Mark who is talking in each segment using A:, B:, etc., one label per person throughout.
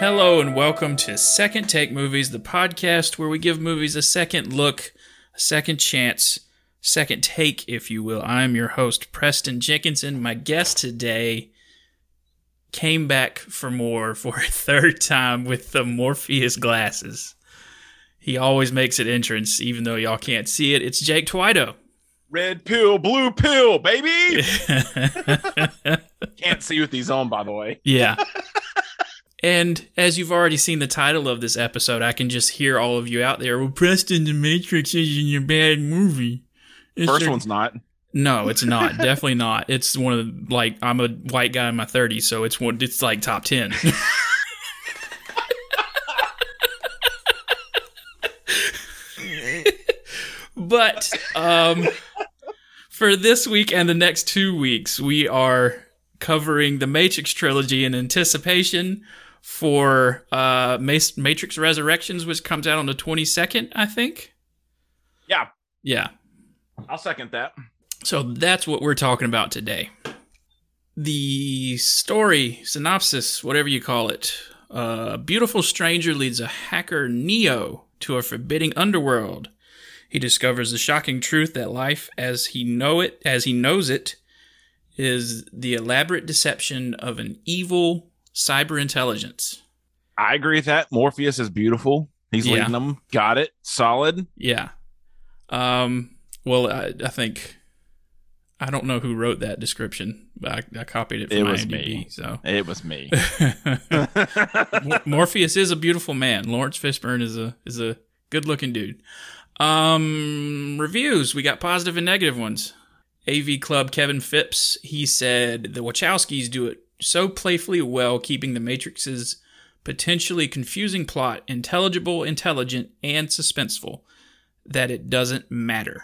A: Hello and welcome to Second Take Movies, the podcast where we give movies a second look, a second chance, second take, if you will. I am your host, Preston Jenkinson. My guest today came back for more for a third time with the Morpheus glasses. He always makes an entrance, even though y'all can't see it. It's Jake Twido.
B: Red pill, blue pill, baby. Can't see with these on, by the way.
A: Yeah. and as you've already seen the title of this episode, I can just hear all of you out there. Well, Preston, The Matrix isn't your bad movie. It's
B: First
A: a-
B: one's not.
A: No, it's not. Definitely not. It's one of the, like I'm a white guy in my 30s, so it's one. It's like top ten. but um, for this week and the next two weeks, we are covering the Matrix trilogy in anticipation for uh, Mas- Matrix Resurrections, which comes out on the 22nd, I think.
B: Yeah.
A: Yeah.
B: I'll second that.
A: So that's what we're talking about today. The story, synopsis, whatever you call it. Uh, a beautiful stranger leads a hacker, Neo, to a forbidding underworld. He discovers the shocking truth that life as he know it, as he knows it, is the elaborate deception of an evil cyber intelligence.
B: I agree with that. Morpheus is beautiful. He's
A: Yeah.
B: leading them. Got it. Solid.
A: Yeah. Um, well, I, I think I don't know who wrote that description, but I, I copied it from
B: It was
A: IMDb.
B: me.
A: So
B: It was me.
A: Mor- Morpheus is a beautiful man. Lawrence Fishburne is a is a good looking dude. Um, reviews we got positive and negative ones. AV Club Kevin Phipps he said the Wachowskis do it so playfully well, keeping the Matrix's potentially confusing plot intelligible, intelligent, and suspenseful that it doesn't matter.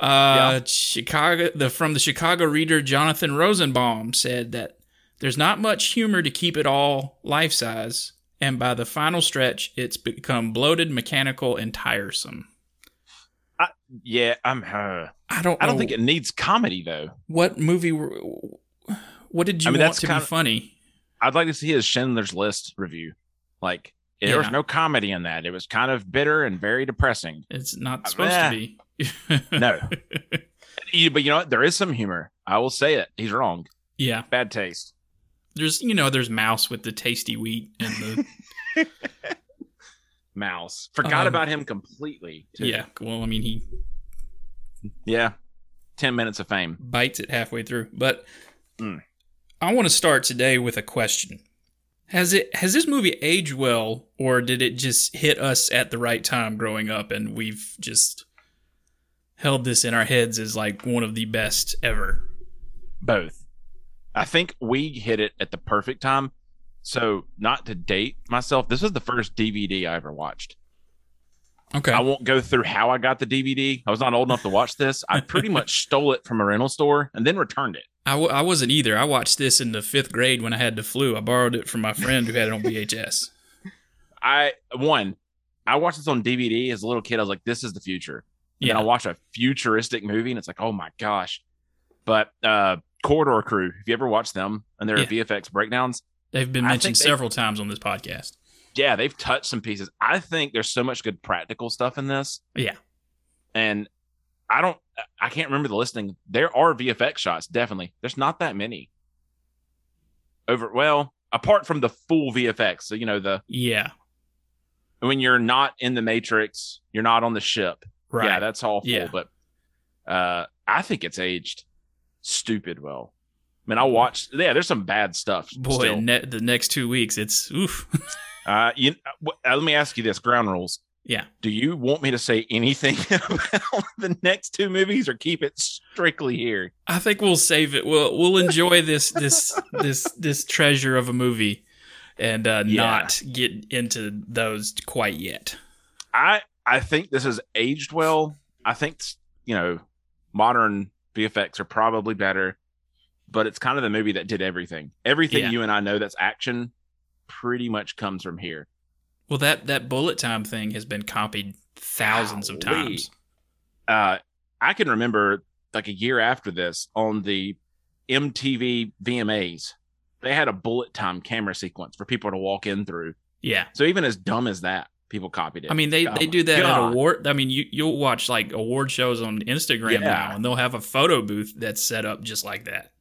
A: Uh,
B: Yeah.
A: Chicago the from the Chicago Reader Jonathan Rosenbaum said that there's not much humor to keep it all life size, and by the final stretch, it's become bloated, mechanical, and tiresome.
B: yeah, I'm her.
A: I don't.
B: I don't
A: know
B: think it needs comedy though.
A: what movie. were- What did you
B: I mean,
A: want
B: that's
A: to be
B: kinda-
A: funny?
B: I'd like to see his Schindler's List review. Like there
A: Yeah.
B: was no comedy in that. It was kind of bitter and very depressing.
A: It's not supposed
B: meh.
A: to be.
B: No. You- but you know what? There is some humor. I will say it. He's wrong.
A: yeah,
B: Bad taste.
A: there's you know there's mouse with the tasty wheat and the
B: Mouse. Forgot
A: Um,
B: about him completely. too.
A: yeah. Well, I mean he
B: Yeah. Ten minutes of fame.
A: bites it halfway through. But
B: Mm.
A: I want to start today with a question. Has it has this movie aged well or did it just hit us at the right time growing up and we've just held this in our heads as like one of the best ever?
B: both. I think we hit it at the perfect time. So, not to date myself, this was the first DVD I ever watched.
A: Okay.
B: I won't go through how I got the DVD. I was not old enough to watch this. I pretty much stole it from a rental store and then returned it.
A: I, w- I wasn't either. I watched this in the 5th grade when I had the flu. I borrowed it from my friend who had it on VHS.
B: I one, I watched this on DVD as a little kid. I was like, "This is the future." And then I
A: Yeah.
B: watch a futuristic movie, and it's like, "Oh my gosh!" But uh Corridor Crew, if you ever watch them and their
A: Yeah.
B: VFX breakdowns,
A: They've been
B: I
A: mentioned
B: think they-
A: several times on this podcast.
B: yeah, they've touched some pieces. I think there's so much good practical stuff in this.
A: Yeah.
B: And I don't, I can't remember the listing. There are VFX shots, definitely. There's not that many. Over, well, apart from the full VFX. So, you know, the,
A: Yeah.
B: when you're not in the Matrix, you're not on the ship.
A: Right.
B: Yeah, that's all full.
A: Yeah.
B: But uh, I think it's aged stupid well. I mean, I watched, yeah, there's some bad stuff.
A: Boy,
B: still.
A: ne- the next 2 weeks it's oof.
B: Uh, you, uh, let me ask you this ground rules.
A: Yeah.
B: Do you want me to say anything about the next two movies or keep it strictly here?
A: I think we'll save it. We'll we'll enjoy this this this this treasure of a movie, and uh,
B: Yeah.
A: not get into those quite yet.
B: I I think this has aged well. I think you know modern VFX are probably better, but it's kind of the movie that did everything. Everything
A: Yeah.
B: you and I know that's action pretty much comes from here.
A: Well, that that bullet time thing has been copied thousands of
B: Golly.
A: times.
B: Uh, I can remember like a year after this on the MTV VMAs, they had a bullet time camera sequence for people to walk in through.
A: Yeah.
B: So even as dumb as that, people copied it.
A: I mean, they,
B: Oh
A: they
B: my
A: do that at
B: God.
A: award. I mean, you you'll watch like award shows on Instagram
B: Yeah.
A: now, and they'll have a photo booth that's set up just like that.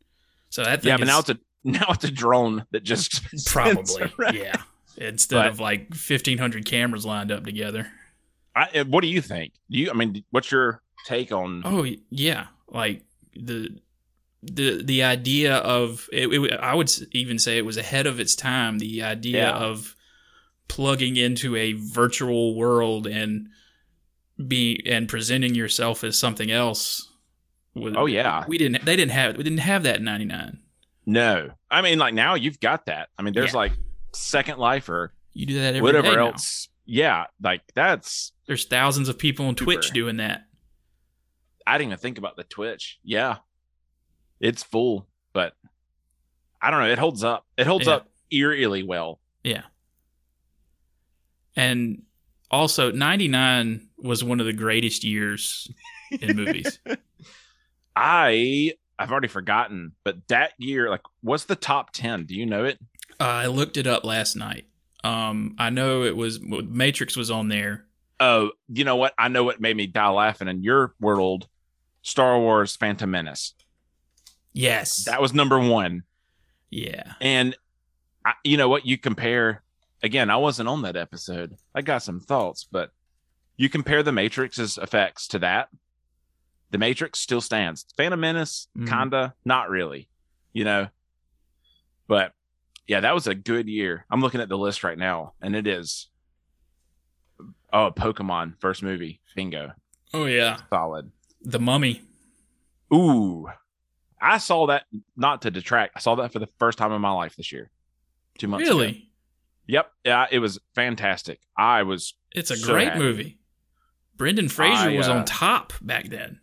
A: So that thing
B: yeah, but
A: is
B: now it's a now it's a drone that just sends
A: probably
B: around.
A: yeah instead
B: But-
A: of like fifteen hundred cameras lined up together.
B: I, uh, what do you think? Do you? I mean, what's your take on?
A: Oh y- yeah, like the the the idea of it, it, I would s- even say it was ahead of its time. The idea
B: Yeah.
A: of plugging into a virtual world and being and presenting yourself as something else. was-
B: Oh, yeah.
A: we didn't. They didn't have. We didn't have that in '99.
B: No, I mean, like now you've got that. I mean, there's
A: Yeah.
B: like Second Life or
A: You do that every day
B: whatever
A: now.
B: else. Yeah, like that's.
A: There's thousands of people on
B: Super.
A: Twitch doing that.
B: I didn't even think about the Twitch. Yeah, it's full, but I don't know. It holds up. It holds
A: Yeah.
B: up eerily well.
A: Yeah. And also, 99 was one of the greatest years in movies.
B: I I've already forgotten, but that year, like, what's the top ten? Do you know it?
A: I looked it up last night. Um, I know it was Matrix was on there.
B: Oh, you know what? I know what made me die laughing in your world. Star Wars: Phantom Menace.
A: Yes.
B: That was number one.
A: yeah.
B: And I, you know what? You compare again. I wasn't on that episode. I got some thoughts, but you compare the Matrix's effects to that. The Matrix still stands. Phantom Menace,
A: Mhm.
B: kinda, not really, you know. But yeah, that was a good year. I'm looking at the list right now, and it is. Oh, Pokemon first movie, bingo,
A: Oh yeah.
B: solid.
A: The Mummy.
B: Ooh, I saw that. Not to detract, I saw that for the first time in my life this year. Two months. ago.
A: really?
B: Yep. Yeah, it was fantastic. I was
A: It's a
B: So
A: great
B: happy.
A: movie. Brendan Fraser
B: I,
A: was
B: uh,
A: on top back then.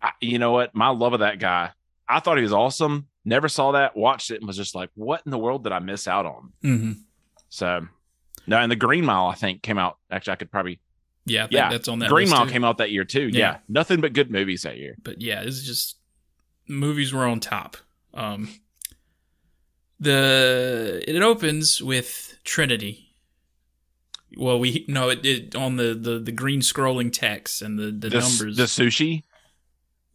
B: I, you know what? My love of that guy. I thought he was awesome. Never saw that, watched it and was just like, what in the world did I miss out on?
A: Mm-hmm.
B: So no, and the Green Mile, I think, came out. Actually, I could probably
A: Yeah, I think
B: Yeah,
A: that's on that.
B: Green
A: list
B: Mile
A: too.
B: came out that year too. Yeah.
A: Yeah.
B: Nothing but good movies that year.
A: but yeah, it's just movies were on top. Um, the it opens with Trinity. Well, we no, it, it on the, the the green scrolling text and the the,
B: The, s-
A: numbers.
B: the sushi.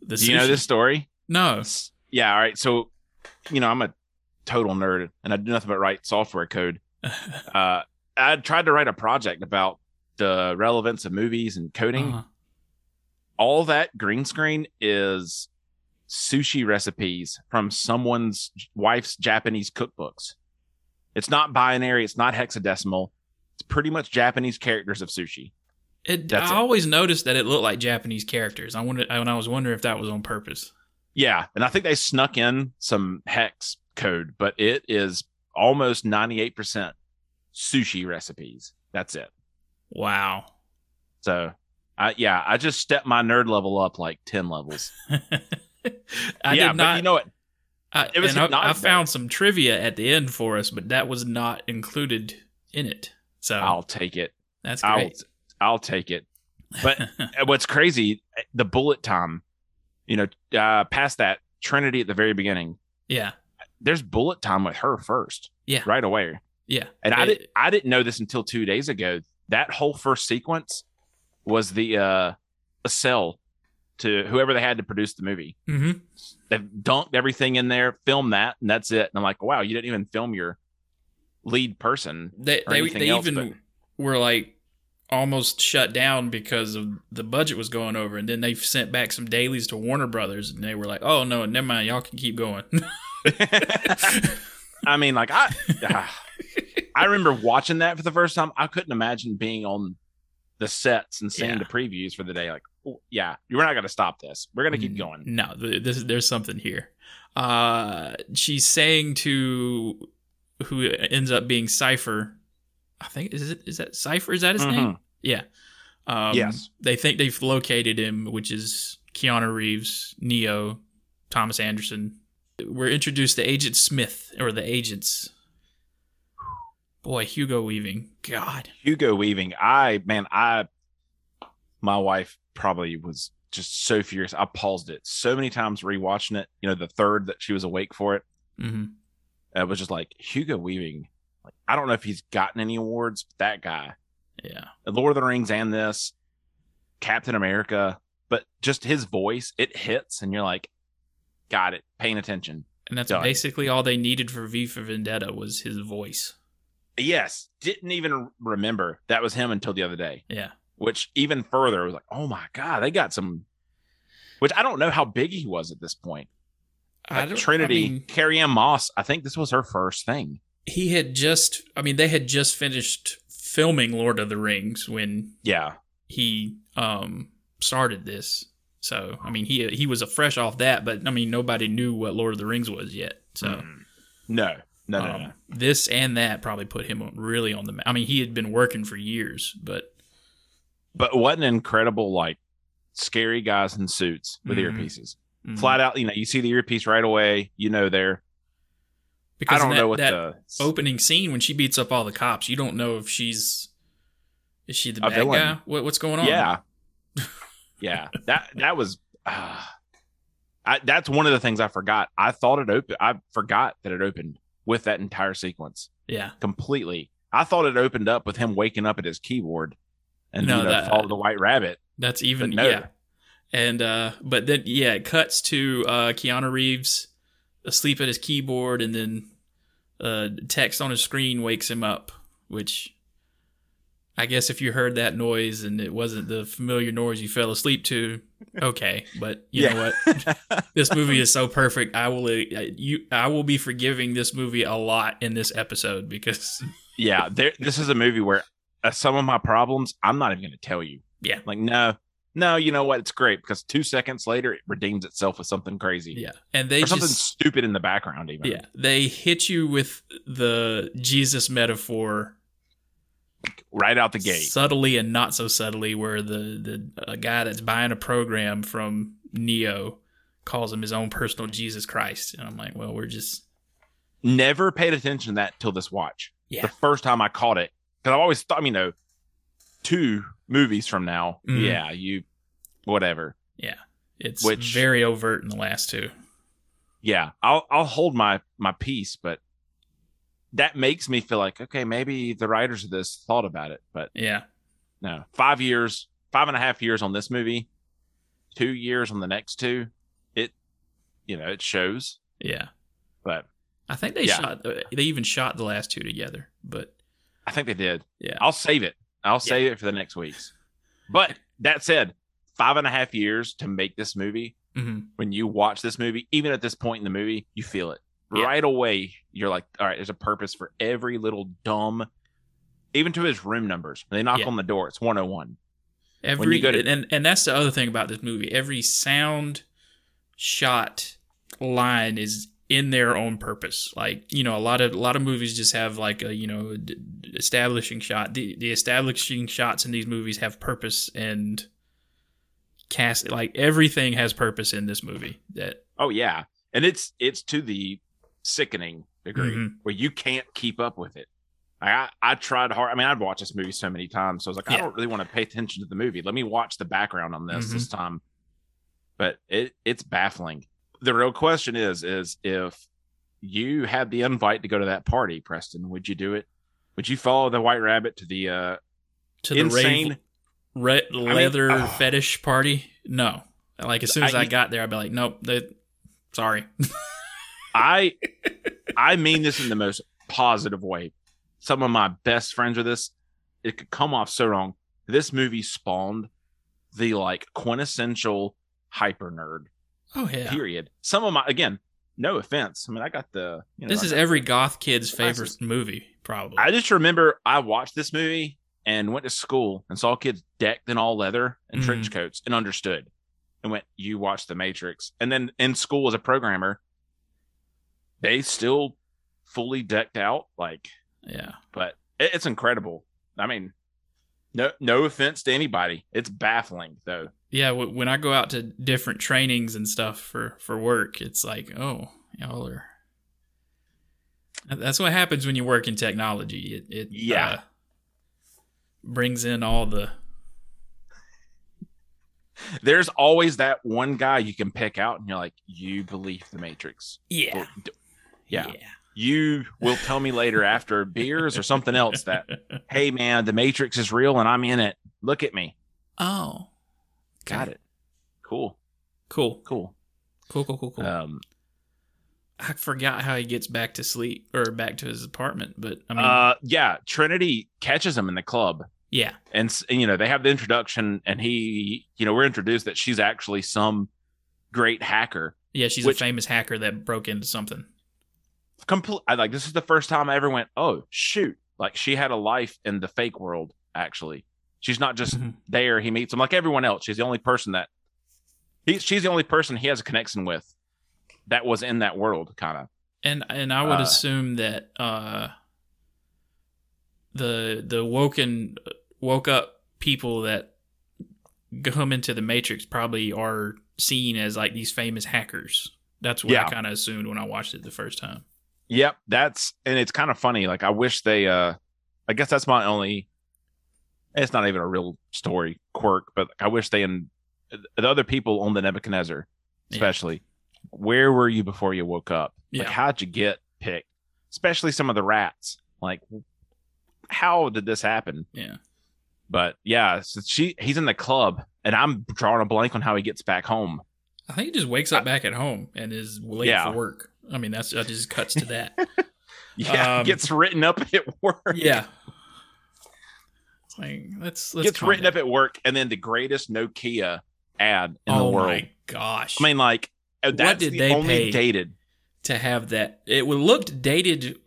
A: the
B: Do you know
A: sushi.
B: this story?
A: No.
B: S- Yeah. All right. So, you know, I'm a total nerd and I do nothing but write software code. Uh, I tried to write a project about the relevance of movies and coding.
A: Uh,
B: all that green screen is sushi recipes from someone's wife's Japanese cookbooks. It's not binary, it's not hexadecimal. It's pretty much Japanese characters of sushi.
A: it,
B: That's
A: I
B: it.
A: always noticed that it looked like Japanese characters. I wondered, and I was wondering if that was on purpose.
B: Yeah, and I think they snuck in some hex code, but it is almost 98% sushi recipes. That's it.
A: Wow.
B: So, I yeah, I just stepped my nerd level up like 10 levels.
A: I did
B: yeah, but
A: not.
B: you know what?
A: I,
B: it was
A: and I, I
B: hypnotic, though.
A: found some trivia at the end for us, but that was not included in it. So
B: I'll take it.
A: that's
B: I'll
A: great.
B: I'll take it. but- And what's crazy eh, the bullet time you know uh past that trinity at the very beginning
A: yeah,
B: there's bullet time with her first
A: Yeah.
B: right away
A: yeah.
B: and i
A: They-
B: did i didn't know this until two days ago that whole first sequence was the uh a sell to whoever they had to produce the movie
A: Mhm.
B: they've dunked everything in there filmed that and that's it and i'm like wow you didn't even film your lead person
A: They
B: or
A: they,
B: anything
A: they
B: else,
A: even were like almost shut down because of the budget was going over, and then they sent back some dailies to Warner Brothers, and they were like, "Oh no, never mind, y'all can keep going."
B: I mean, like I, ah. I remember watching that for the first time. I couldn't imagine being on the sets and seeing
A: Yeah.
B: the previews for the day. Like, oh, yeah, we're not going to stop this. We're going to keep
A: Mm,
B: going.
A: No, th- this, there's something here. Uh, she's saying to who ends up being Cipher. I think is it is that Cipher? Is that his name?
B: Mhm.
A: Yeah. Um,
B: Yes.
A: They think they've located him, which is Keanu Reeves, Neo, Thomas Anderson. We're introduced to Agent Smith or the agents. Boy, Hugo Weaving. God.
B: Hugo Weaving. I man, I my wife probably was just so furious. I paused it so many times rewatching it. You know, the third that she was awake for it,
A: hmm
B: I was just like Hugo Weaving. Like, I don't know if he's gotten any awards, but that guy,
A: Yeah.
B: Lord of the Rings and this, Captain America, but just his voice, it hits and you're like, got it, paying attention.
A: And that's
B: Done.
A: basically all they needed for V for Vendetta was his voice.
B: Yes, didn't even remember that was him until the other day,
A: Yeah.
B: which even further was like, oh my God, they got some, which I don't know how big he was at this point. Like
A: don't-
B: Trinity,
A: mean,
B: Carrie Ann Moss, I think this was her first thing.
A: he had just, I mean, they had just finished filming Lord of the Rings when
B: Yeah.
A: he um started this. So, I mean, he he was a fresh off that, but I mean, nobody knew what Lord of the Rings was yet. So,
B: Mm. No, no, no,
A: um,
B: no.
A: this and that probably put him on- really on the map. I mean, he had been working for years, but
B: But what an incredible, like, scary guys in suits with
A: Mhm.
B: earpieces.
A: mm,
B: Flat out, you know, you see the earpiece right away, you know, there. I
A: because
B: don't
A: that,
B: know what
A: that
B: the.
A: opening scene when she beats up all the cops, you don't know if she's is she the
B: A
A: bad
B: villain.
A: guy? What, what's going on?
B: Yeah. yeah. That that was uh, I, that's one of the things I forgot. I thought it opened I forgot that it opened with that entire sequence
A: yeah.
B: completely. I thought it opened up with him waking up at his keyboard and
A: No,
B: you know,
A: that-
B: follow the white rabbit.
A: That's even
B: But no.
A: yeah. And uh, but then yeah, it cuts to uh, Keanu Reeves asleep at his keyboard, and then uh, text on his screen wakes him up. Which I guess if you heard that noise and it wasn't the familiar noise you fell asleep to, okay. But you know what? this movie is so perfect. I will uh, you I will be forgiving this movie a lot in this episode because
B: Yeah, there, this is a movie where uh, some of my problems I'm not even going to tell you.
A: Yeah.
B: like no, no, you know what? It's great because two seconds later it redeems itself with something crazy
A: yeah, and they
B: or something
A: just
B: stupid in the background. Even
A: yeah they hit you with the Jesus metaphor
B: right out the gate.
A: subtly and not so subtly where the the a guy that's buying a program from neo calls him his own personal jesus christ and i'm like well we're just
B: Never paid attention to that till this watch.
A: Yeah.
B: the first time I caught it because I've always thought you know two movies from now.
A: Mhm.
B: Yeah, you whatever.
A: it's
B: Which-
A: very overt in the last two
B: yeah i'll i'll hold my my peace but that makes me feel like okay maybe the writers of this thought about it but
A: yeah
B: no five years five and a half years on this movie two years on the next two it you know it shows
A: yeah
B: but
A: i think they
B: Yeah.
A: shot they even shot the last two together but
B: i think they did
A: yeah
B: i'll save it i'll save it for the next weeks but that said five and a half years to make this movie
A: hmm
B: when you watch this movie, even at this point in the movie, you feel it
A: Yeah.
B: right away. You're like, all right, there's a purpose for every little dumb, even to his room numbers. When they knock
A: Yeah.
B: on the door, it's 101.
A: every
B: When you go to-
A: and and that's the other thing about this movie every sound shot line is in there on purpose like you know a lot of a lot of movies just have like a you know d- d- establishing shot the, the establishing shots in these movies have purpose and cast like everything has purpose in this movie that
B: Oh yeah, and it's it's to the sickening degree
A: Mhm.
B: where you can't keep up with it. Like, I I tried hard. I mean, I'd watched this movie so many times, so I was like, I
A: Yeah.
B: don't really want to pay attention to the movie. Let me watch the background on this
A: Mhm.
B: this time. But it it's baffling. The real question is is if you had the invite to go to that party, Preston, would you do it? Would you follow the White Rabbit to the uh,
A: to the
B: insane?
A: rave re-
B: mean,
A: leather
B: ah.
A: fetish party no like as soon as
B: I- e
A: i, got there i'd be like nope that sorry
B: I I mean this in the most positive way. Some of my best friends are this. It could come off so wrong. This movie spawned the like quintessential hyper nerd.
A: oh yeah
B: Period. Some of my again, no offense. I mean, I got the you know,
A: This
B: I
A: is
B: got-
A: every goth kid's favorite
B: Glasses.
A: movie, probably.
B: I just remember I watched this movie and went to school and saw kids decked in all leather and
A: Mhm.
B: trench coats and understood and went, You watch The Matrix. And then in school as a programmer, they still fully decked out. Like,
A: yeah,
B: but it, it's incredible. I mean, no, no offense to anybody. It's baffling though.
A: yeah. wh- When I go out to different trainings and stuff for for work, it's like, oh, y'all are. That's what happens when you work in technology. It it
B: Yeah.
A: uh, brings in all the
B: There's always that one guy you can pick out and you're like, You believe The Matrix.
A: yeah
B: Yeah. you will tell me later after beers or something else that, hey man, the Matrix is real and I'm in it. Look at me.
A: Oh,
B: Got it. Cool.
A: Cool,
B: Cool.
A: cool, cool, cool, cool.
B: Um,
A: I forgot how he gets back to sleep or back to his apartment, but I mean,
B: uh, yeah. Trinity catches him in the club.
A: yeah,
B: and s- you know they have the introduction and he you know we're introduced that she's actually some great hacker
A: yeah. She's
B: which-
A: a famous hacker that broke into something.
B: complete I, like this is the first time i ever went oh shoot like she had a life in the fake world actually she's not just
A: Mhm.
B: there he meets him like everyone else she's the only person that he, she's the only person he has a connection with that was in that world kind of
A: And and I would
B: Uh,
A: assume that uh, the the woken woke up people that come into the Matrix probably are seen as like these famous hackers. That's what I
B: Yeah.
A: kind of assumed when I watched it the first time.
B: yep that's and it's kind of funny like i wish they uh i guess that's my only it's not even a real story quirk, but I wish they and uh, the other people on the Nebuchadnezzar,
A: Yeah.
B: especially, where were you before you woke up? Like,
A: Yeah.
B: how'd you get picked? Especially some of the rats. Like, how did this happen?
A: Yeah.
B: But yeah, so she he's in the club, and I'm drawing a blank on how he gets back home.
A: I think he just wakes up back at home and is late
B: Yeah.
A: for work. I mean, that's that just cuts to that.
B: Yeah,
A: Um,
B: gets written up at work.
A: yeah. It's like let's let's
B: gets written up at work, and then the greatest Nokia ad in
A: oh
B: the world.
A: my gosh!
B: I mean, like oh, that's
A: did
B: the
A: they
B: only
A: pay?
B: dated.
A: to have that, it would looked dated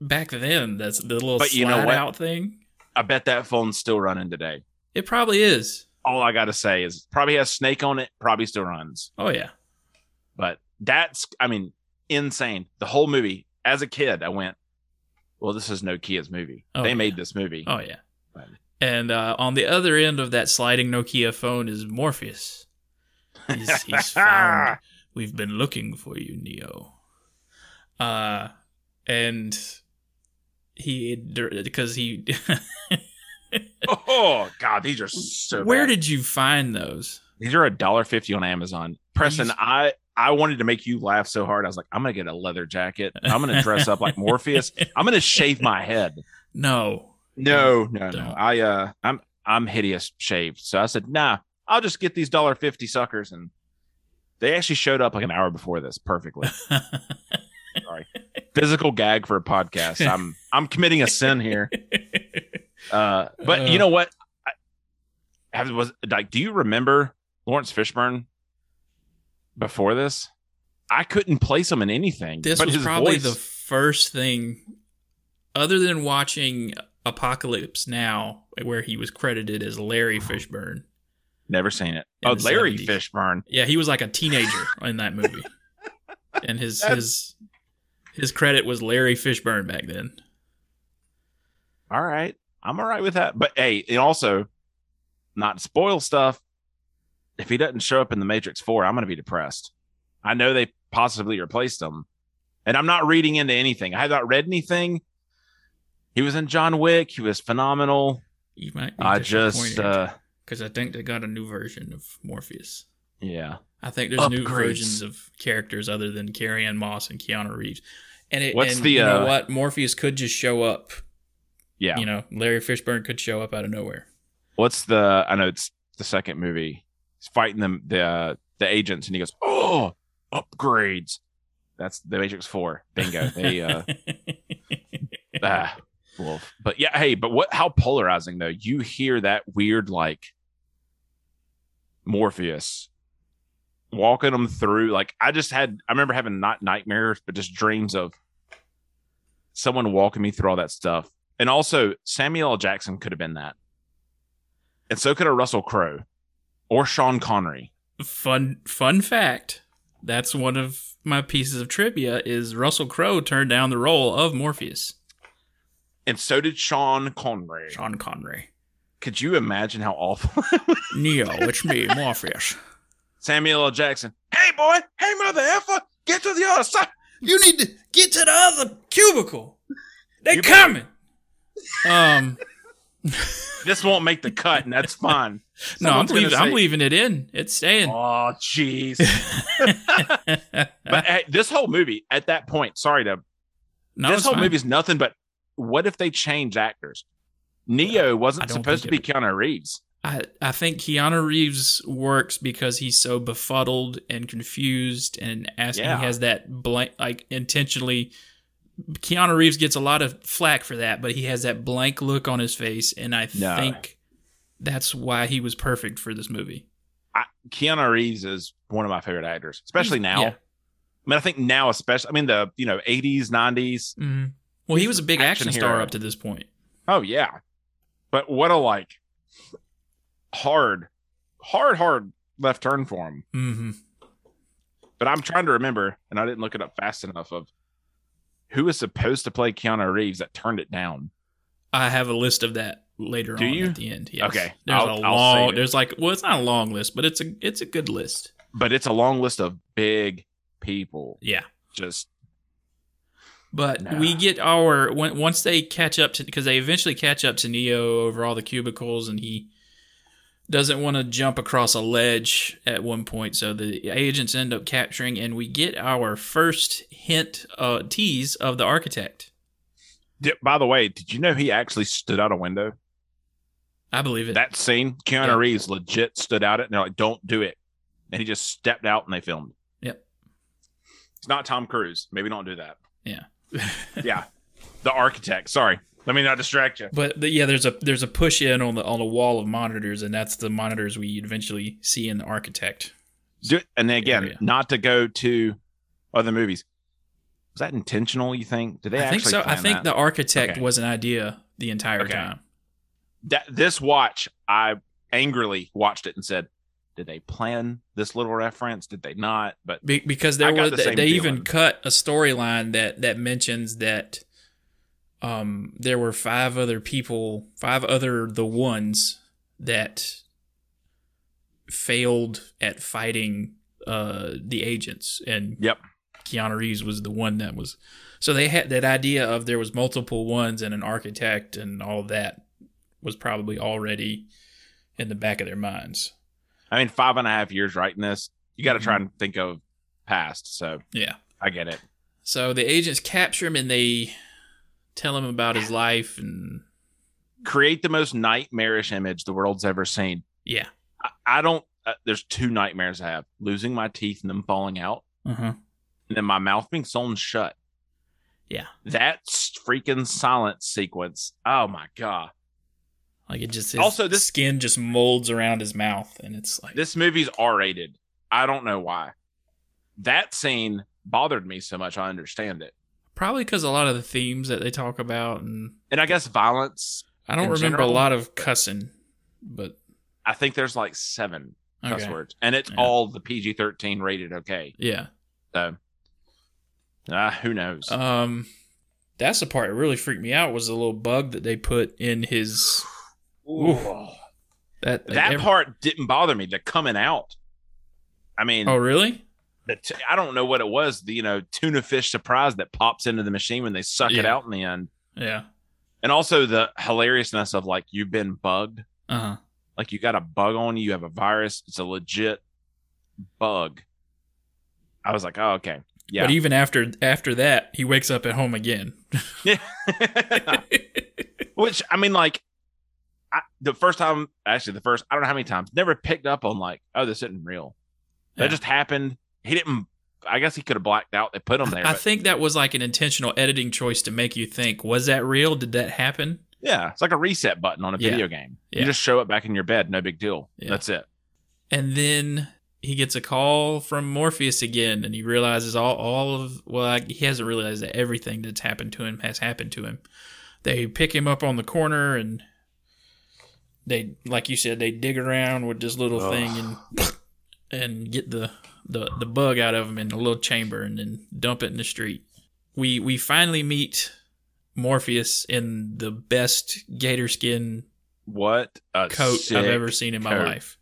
A: back then. That's the little
B: But
A: slide
B: you know what?
A: out thing.
B: I bet that phone's still running today.
A: It probably is.
B: All I gotta say is probably has snake on it, probably still runs.
A: Oh yeah,
B: But that's I mean, insane. The whole movie. As a kid, I went, Well, this is Nokia's movie.
A: Oh,
B: they
A: yeah.
B: made this movie.
A: oh yeah.
B: Right.
A: And uh, on the other end of that sliding Nokia phone is Morpheus. He's, he's found We've been looking for you, Neo. Uh, and he because he.
B: oh God, these are so
A: where
B: bad.
A: did you find those?
B: these are a dollar fifty on Amazon. Preston,
A: These-
B: I I wanted to make you laugh so hard. I was like, I'm gonna get a leather jacket. I'm gonna dress up like Morpheus. I'm gonna shave my head.
A: No.
B: No, no,
A: Don't.
B: no. I uh I'm I'm hideous shaved. So I said, nah, I'll just get these dollar fifty suckers and they actually showed up like an hour before this perfectly. Physical gag for a podcast. I'm I'm committing a sin here. Uh but
A: Uh.
B: you know what? I have was like do you remember Lawrence Fishburne before this? I couldn't place him in anything.
A: this
B: but
A: was
B: his
A: probably
B: voice,
A: the first thing, other than watching Apocalypse Now, where he was credited as Larry Fishburne.
B: never seen it.
A: in
B: Oh,
A: the
B: Larry
A: 70s.
B: Fishburne.
A: Yeah, he was like a teenager in that movie, and his
B: That's-
A: his his credit was Larry Fishburne back then.
B: all right i'm all right with that but hey and also not to spoil stuff if he doesn't show up in the matrix 4 i'm gonna be depressed i know they possibly replaced him and i'm not reading into anything i have not read anything he was in john wick he was phenomenal
A: You might. Be
B: i just uh
A: because I think they got a new version of Morpheus.
B: yeah
A: I think there's new
B: Upgrades.
A: versions of characters other than Carrie Ann Moss and Keanu Reeves. And it,
B: What's
A: and
B: the,
A: you know
B: uh,
A: what Morpheus could just show up.
B: yeah
A: You know, Larry Fishburne could show up out of nowhere.
B: what's the i know it's the second movie he's fighting them the uh, the agents and he goes oh upgrades that's the matrix 4 bingo they uh ah, wolf. But yeah, hey, but what? How polarizing though? You hear that weird like Morpheus walking them through. Like I just had, I remember having not nightmares, but just dreams of someone walking me through all that stuff. And also, Samuel L. Jackson could have been that, and so could a Russell Crowe or Sean Connery.
A: fun fun fact. That's one of my pieces of trivia is Russell Crowe turned down the role of Morpheus.
B: And so did Sean Connery.
A: Sean Connery.
B: Could you imagine how awful
A: Neo, it's me, Morpheus.
B: Samuel L. Jackson. Hey, boy. Hey, mother effer. Get to the other side.
A: You need to get to the other cubicle. They
B: You better-
A: coming. Um,
B: This won't make the cut, and that's fine.
A: no, I'm
B: Someone's gonna
A: leaving. I'm
B: say,
A: leaving it in. It's staying.
B: Oh, jeez. but hey, this whole movie at that point, sorry to
A: No,
B: this
A: it's
B: whole
A: fine.
B: movie's nothing but what if they change actors? Neo
A: I
B: wasn't
A: don't
B: supposed to
A: think
B: be Keanu Reeves.
A: I, I think Keanu Reeves works because he's so befuddled and confused and asking
B: Yeah.
A: he has that blank like intentionally Keanu Reeves gets a lot of flack for that, but he has that blank look on his face and I
B: No.
A: think that's why he was perfect for this movie.
B: Keanu Reeves is one of my favorite actors, especially now.
A: Yeah.
B: I mean, I think now, especially, I mean, the, you know, 80s, 90s.
A: Mhm. Well, he was a big
B: Action
A: action, star
B: hero.
A: up to this point.
B: Oh, yeah. But what a like hard, hard, hard left turn for him.
A: hmm
B: But I'm trying to remember, and I didn't look it up fast enough of who was supposed to play Keanu Reeves that turned it down.
A: I have a list of that later
B: Do
A: on
B: you?
A: at the end. Yes.
B: Okay.
A: There's
B: I'll-
A: a
B: I'll save
A: long
B: it.
A: there's like well it's not a long list, but it's a it's a good list.
B: But it's a long list of big people.
A: Yeah.
B: Just
A: But
B: Nah.
A: we get our when, once they catch up to because they eventually catch up to Neo over all the cubicles, and he doesn't want to jump across a ledge at one point. So the agents end up capturing, and we get our first hint uh, tease of the architect.
B: Di- by the way, did you know he actually stood out a window?
A: I believe it.
B: That scene, Keanu
A: Yeah.
B: Reeves legit stood out it, and they're like, "Don't do it," and he just stepped out and they filmed.
A: Yep.
B: It's not Tom Cruise. Maybe don't do that.
A: Yeah.
B: yeah. The architect. Sorry, let me not distract you.
A: but the, yeah, there's a there's a push in on the on the wall of monitors, and that's the monitors we eventually see in the architect.
B: Do it. And then again,
A: Area.
B: not to go to other movies. Was that intentional? You think? Did they
A: I
B: actually?
A: think so. I
B: plan
A: think
B: that?
A: the architect
B: Okay.
A: was an idea the entire
B: Okay.
A: time.
B: that this watch i angrily watched it and said did they plan this little reference did they not but
A: Be- because
B: I
A: there
B: got
A: was
B: the
A: they,
B: same
A: even
B: feeling.
A: cut a storyline that that mentions that um there were five other people, five other the ones that failed at fighting uh the agents and
B: Yep.
A: Keanu Reeves was the one that was so they had that idea of there was multiple ones and an architect and all that was probably already in the back of their minds.
B: i mean five and a half years writing this you got to try and think of past so
A: Mm-hmm. Yeah.
B: i get it
A: So the agents capture him and they tell him about his life and
B: create the most nightmarish image the world's ever seen
A: yeah.
B: i, I don't uh, there's two nightmares i have losing my teeth and them falling out
A: Uh-huh.
B: and then my mouth being sewn shut
A: Yeah.
B: that s- freaking silence sequence oh my god
A: Like it just his
B: Also, this-
A: skin just molds around his mouth and it's like
B: this movie's r-rated i don't know why that scene bothered me so much i understand it
A: probably cuz a lot of the themes that they talk about and
B: and i guess violence
A: I don't
B: In
A: remember
B: general?
A: a lot of cussing but
B: i think there's like seven
A: okay.
B: cuss words and it's
A: Yeah.
B: all the pg-13 rated okay
A: Yeah.
B: so uh, who knows
A: Um that's the part that really freaked me out was the little bug that they put in his ooh. that
B: that
A: every-
B: part didn't bother me the coming out i mean
A: Oh really?
B: the t- i don't know what it was the you know tuna fish surprise that pops into the machine when they suck it
A: Yeah.
B: out in the end
A: Yeah.
B: and also the hilariousness of like you've been bugged
A: Uh-huh.
B: like you got a bug on you, you have a virus, it's a legit bug. I was like, oh, okay. Yeah.
A: But even after after that, he wakes up at home again.
B: Ah. Which I mean, like, I, the first time, actually, the first, I don't know how many times, never picked up on like, oh, this isn't real. That
A: Yeah.
B: just happened. He didn't. I guess he could have blacked out. They put him there.
A: I
B: but-
A: think that was like an intentional editing choice to make you think, was that real? Did that happen?
B: yeah, it's like a reset button on a
A: Yeah.
B: video game.
A: Yeah.
B: You just show it back in your bed. No big deal.
A: Yeah.
B: That's it.
A: And then he gets a call from Morpheus again, and he realizes all, all of, well, I, he hasn't realized that everything that's happened to him has happened to him. They pick him up on the corner, and they, like you said, they dig around with this little
B: Ugh.
A: thing and and get the, the, the bug out of him in a little chamber and then dump it in the street. We, we finally meet Morpheus in the best gator skin
B: What a
A: coat
B: sick-
A: I've ever seen in my
B: coat.
A: life.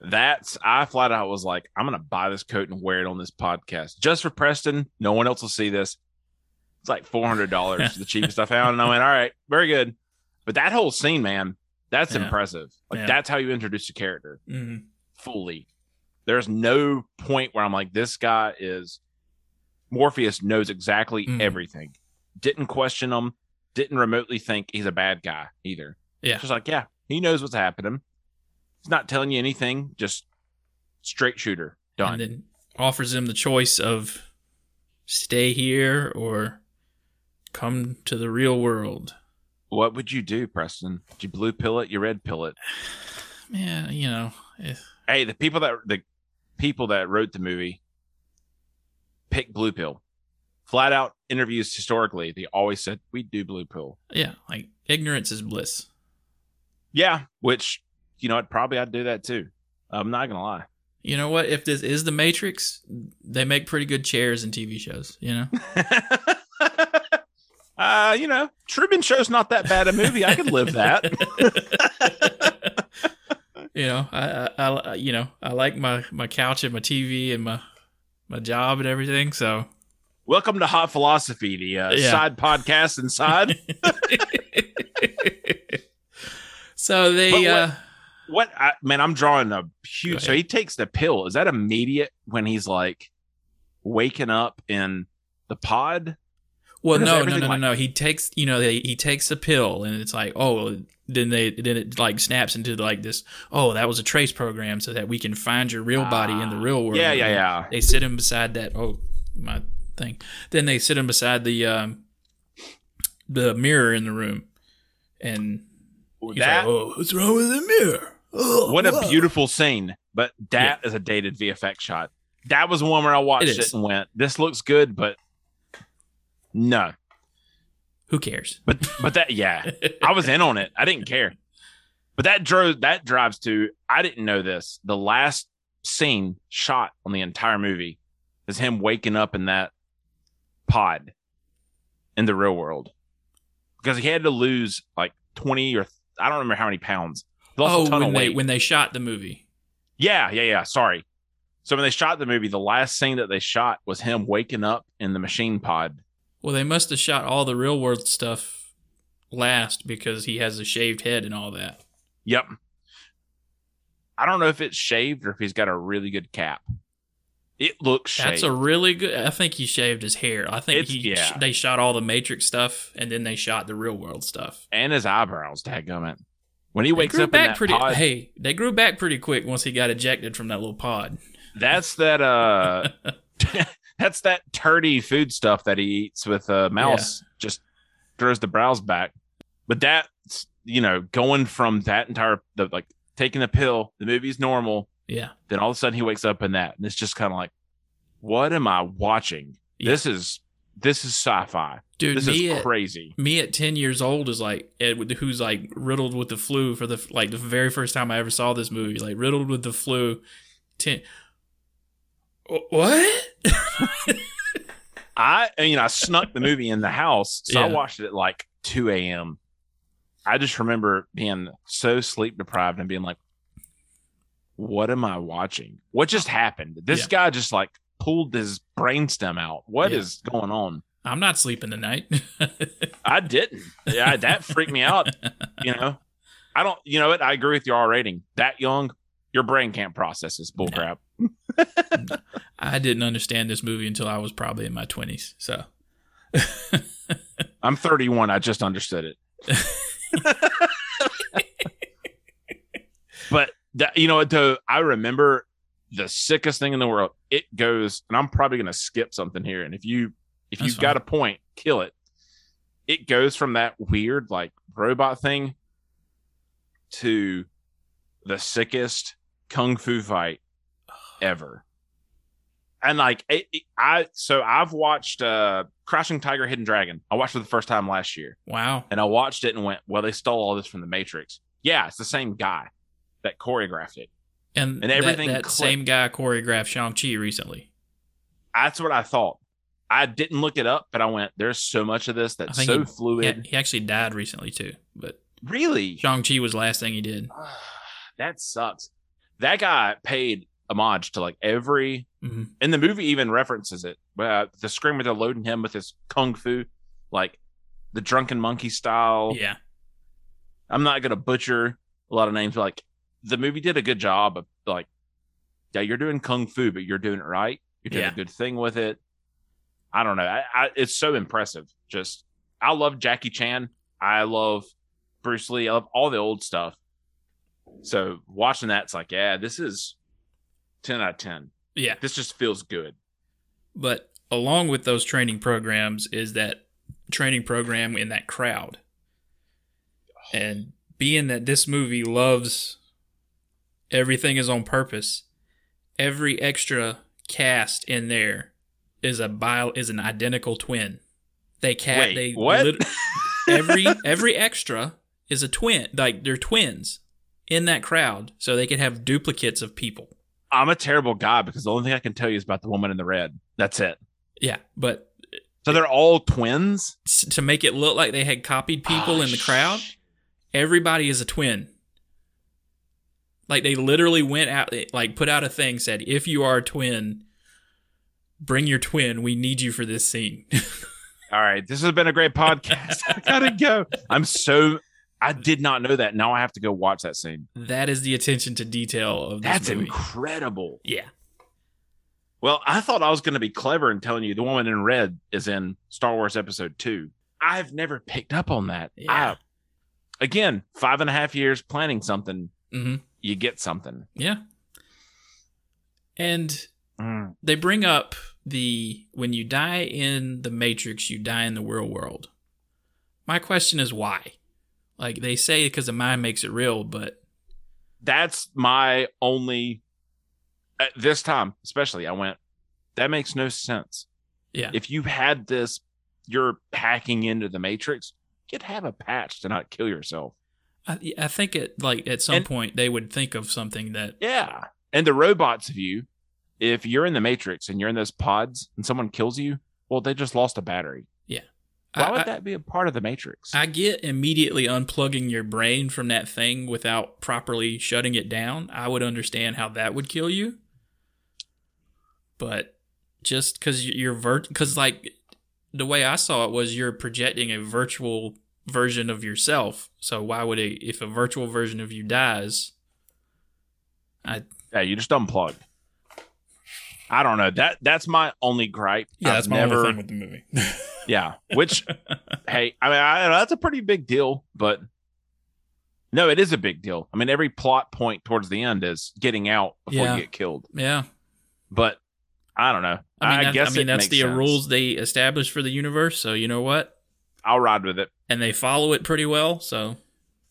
B: That's I flat out was like, I'm gonna buy this coat and wear it on this podcast just for Preston. No one else will see this. It's like four hundred dollars, the cheapest I found, and I went, all right, very good. But that whole scene, man, that's
A: Yeah.
B: impressive. Like
A: Yeah.
B: that's how you introduce a character
A: Mm-hmm.
B: fully. There's no point where I'm like, this guy is Morpheus knows exactly
A: Mhm.
B: everything. didn't question him, didn't remotely think he's a bad guy either.
A: Yeah.
B: Just like, yeah, he knows what's happening. He's not telling you anything, just straight shooter.
A: and
B: Done.
A: then offers him the choice of stay here or come to the real world.
B: what would you do, Preston? Did you blue pill it, you red pill it?
A: Man, you know, eh,
B: Hey, the people that the people that wrote the movie pick blue pill. Flat out interviews historically, they always said we do blue pill.
A: yeah, like ignorance is bliss.
B: Yeah, which you know, I'd probably I'd do that too. I'm not gonna lie.
A: You know what? If this is the Matrix, they make pretty good chairs and TV shows. You know,
B: uh, you know, Truman Show's not that bad a movie. I could live that.
A: you know, I, I, I, you know, I like my my couch and my TV and my my job and everything. So
B: Welcome to Hot Philosophy, the uh,
A: Yeah.
B: side podcast inside.
A: so
B: But what-
A: they uh,
B: what I, man, I'm drawing a
A: Go
B: huge. So he takes the pill. Is that immediate when he's like waking up in the pod?
A: well,
B: what is
A: no, no,
B: everything
A: no, no,
B: like?
A: no. He takes, you know, they, he takes a pill, and it's like, oh, then they then it like snaps into like this. Oh, that was a trace program, so that we can find your real body in the
B: Ah,
A: real world.
B: Yeah, yeah, yeah.
A: They sit him beside that. Oh, my thing. Then they sit him beside the um, the mirror in the room, and he's
B: That
A: like, "Oh, what's wrong with the mirror? Oh,
B: what a
A: whoa."
B: beautiful scene. But that is a dated VFX shot. That was one where I watched
A: It
B: it,
A: is.
B: and went, "This looks good," but no.
A: Who cares?
B: But but that yeah, I was in on it. I didn't care. But that drove that drives to I didn't know this. The last scene shot on the entire movie is him waking up in that pod in the real world. Because he had to lose like 20 or I don't remember how many pounds. He lost a
A: oh,
B: ton
A: when
B: of
A: they
B: weight.
A: when they shot the movie.
B: yeah, yeah, yeah. Sorry. So when they shot the movie, the last scene that they shot was him waking up in the machine pod.
A: Well, they must have shot all the real world stuff last because he has a shaved head and all that.
B: Yep. I don't know if it's shaved or if he's got a really good cap. It looks shaved.
A: That's a really good. I think he shaved his hair. I think
B: It's-
A: he,
B: yeah.
A: they shot all the Matrix stuff and then they shot the real world stuff.
B: and his eyebrows, dadgummit. When he
A: They
B: wakes
A: grew
B: up in
A: back
B: that
A: pretty.
B: pod,
A: Hey, they grew back pretty quick once he got ejected from that little pod.
B: that's that uh that's that turdy food stuff that he eats with a mouse just throws the brows back. But that's you know, going from that entire the like taking the pill, the movie's normal,
A: Yeah,
B: then all of a sudden he wakes up in that and it's just kind of like what am I watching?
A: Yeah.
B: This is this is sci-fi.
A: dude.
B: This
A: me
B: is
A: at-
B: crazy.
A: me at 10 years old is like Ed, who's like riddled with the flu for the like the very first time i ever saw this movie like riddled with the flu 10 Wh- what
B: I and, you know I snuck the movie in the house, so I
A: Yeah.
B: watched it at like 2 a.m. I just remember being so sleep deprived and being like, "What am I watching? What just happened? This
A: Yeah.
B: guy just like pulled his brainstem out. What is
A: Yeah.
B: going on?"
A: i'm not sleeping tonight
B: I didn't. Yeah, that freaked me out. You know, I don't. You know what? I agree with your R rating. That young, your brain can't process this bullcrap.
A: i didn't understand this movie until i was probably in my 20s so
B: I'm 31. I just understood it. but that, you know what though, I remember the sickest thing in the world. It goes, and I'm probably gonna skip something here. And if you if
A: That's
B: you've got a point, kill it. It goes from that weird like robot thing to the sickest kung fu fight ever. And like it, it- I, so I've watched uh Crashing Tiger, Hidden Dragon. I watched it the first time last year,
A: wow
B: and I watched it and went, "Well, they stole all this from the Matrix." Yeah, it's the same guy that choreographed it.
A: and,
B: And everything
A: that, that
B: clicked.
A: same guy choreographed shang-chi recently
B: That's what I thought. I didn't look it up, but I went, "There's so much of this
A: I
B: that's
A: think
B: so
A: he- he,
B: fluid."
A: he actually died recently too but
B: Really,
A: shang-chi was the last thing he did
B: that sucks. That guy paid homage to like every
A: Mhm.
B: and the movie even references it. Uh, the screen where they're loading him with his kung fu, like the drunken monkey style.
A: yeah
B: I'm not gonna butcher a lot of names. But like the movie did a good job of like, yeah, you're doing kung fu, but you're doing it right. You're doing
A: Yeah.
B: a good thing with it. I don't know. I, I, it's so impressive. Just I love Jackie Chan. I love Bruce Lee. I love all the old stuff. So watching that, it's like, yeah, this is ten out of ten.
A: Yeah.
B: This just feels good.
A: But along with those training programs is that training program in that crowd. And being that this movie loves everything is on purpose, every extra cast in there is a bio is an identical twin. They cat
B: Wait,
A: they
B: what?
A: lit- every every extra is a twin. Like they're twins in that crowd, so they could have duplicates of people.
B: I'm a terrible guy because the only thing I can tell you is about the woman in the red. That's it.
A: Yeah, but
B: So they're all twins.
A: s- to make it look like they had copied people
B: Ah,
A: in the crowd,
B: sh-
A: everybody is a twin. Like they literally went out, they, like put out a thing said, "If you are a twin, bring your twin. We need you for this scene."
B: All right, this has been a great podcast. I gotta go. I'm so. I did not know that. Now I have to go watch that scene.
A: that is the attention to detail of this
B: That's
A: movie.
B: incredible.
A: yeah,
B: Well, I thought I was going to be clever in telling you the woman in red is in Star Wars Episode Two. I've never picked up on that.
A: Yeah.
B: I- again, five and a half years planning something,
A: hmm
B: you get something.
A: yeah. And
B: Mm.
A: they bring up the when you die in the Matrix, you die in the real world. My question is why? Like they say, because the mind makes it real, but
B: That's my only. At this time, especially, I went. That makes no sense.
A: Yeah.
B: If you had this, you're hacking into the Matrix. You'd have a patch to not kill yourself.
A: I, I think at like at some
B: And-
A: point they would think of something that
B: Yeah. And the robots view, if you're in the Matrix and you're in those pods and someone kills you, well, they just lost a battery. Why
A: I,
B: would
A: I-
B: that be a part of the Matrix?
A: I get immediately unplugging your brain from that thing without properly shutting it down. I would understand how that would kill you, but just because you're because like the way I saw it was you're projecting a virtual version of yourself. So why would it if a virtual version of you dies?
B: yeah, you just unplug. I don't know. That that's my only gripe. I've never,
A: with the movie.
B: Yeah. Which hey, I mean I, that's a pretty big deal, but no, it is a big deal. I mean, every plot point towards the end is getting out before
A: Yeah.
B: you get killed.
A: yeah,
B: But I don't know.
A: I mean,
B: I,
A: that-
B: guess
A: I mean
B: it
A: that's
B: makes
A: the
B: sense.
A: rules they established for the universe. So you know what?
B: I'll ride with it.
A: and they follow it pretty well. So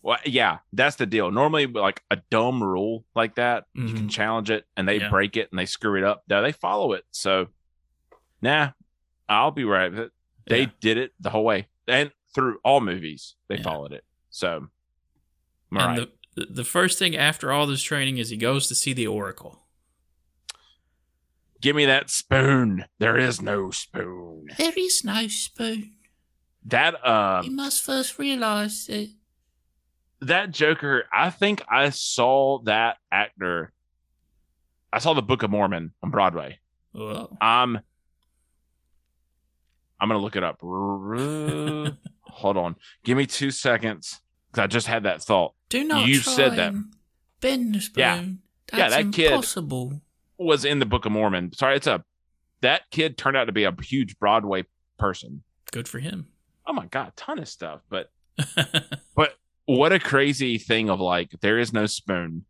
B: Well, yeah, that's the deal. Normally, like a dumb rule like that, you can challenge it and they
A: Mm-hmm. Yeah.
B: break it and they screw it up. No, they follow it. So, nah, I'll be right with it. They
A: Yeah.
B: did it the whole way and through all movies, they
A: Yeah.
B: followed it. So, I'm all
A: and
B: right.
A: the the first thing after all this training is he goes to see the Oracle.
B: give me that spoon. There is no spoon.
A: There is no spoon.
B: That uh,
A: must first realize that.
B: that Joker. I think I saw that actor. I saw the Book of Mormon on Broadway.
A: Well,
B: Um, I'm gonna look it up. Hold on, give me two seconds because I just had that thought.
A: do
B: not You've try said that. and
A: Bend the spoon.
B: Yeah. Yeah, That's that kid-
A: impossible.
B: Was in the Book of Mormon. Sorry, it's a that kid turned out to be a huge Broadway person.
A: Good for him.
B: Oh my god, ton of stuff. But but what a crazy thing of like there is no spoon.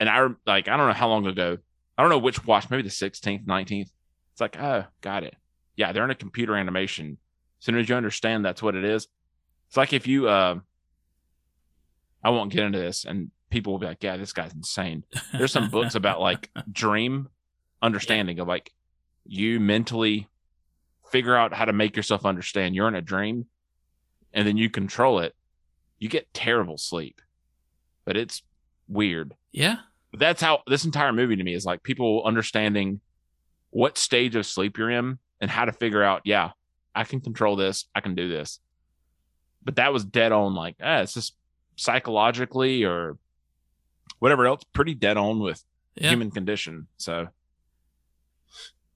B: And I rem- like I don't know how long ago. I don't know which watch, maybe the 16th, 19th. It's like, oh, got it. Yeah, they're in a computer animation. As soon as you understand that's what it is, it's like if you uh I won't get into this and people will be like, Yeah, this guy's insane. There's some books about like dream understanding of like you mentally figure out how to make yourself understand you're in a dream and then you control it. You get terrible sleep. But it's weird
A: yeah,
B: that's how this entire movie to me is like people understanding what stage of sleep you're in and how to figure out, yeah, I can control this, I can do this. But that was dead on, like, ah, it's just psychologically or whatever else, pretty dead on with
A: yeah.
B: human condition. So,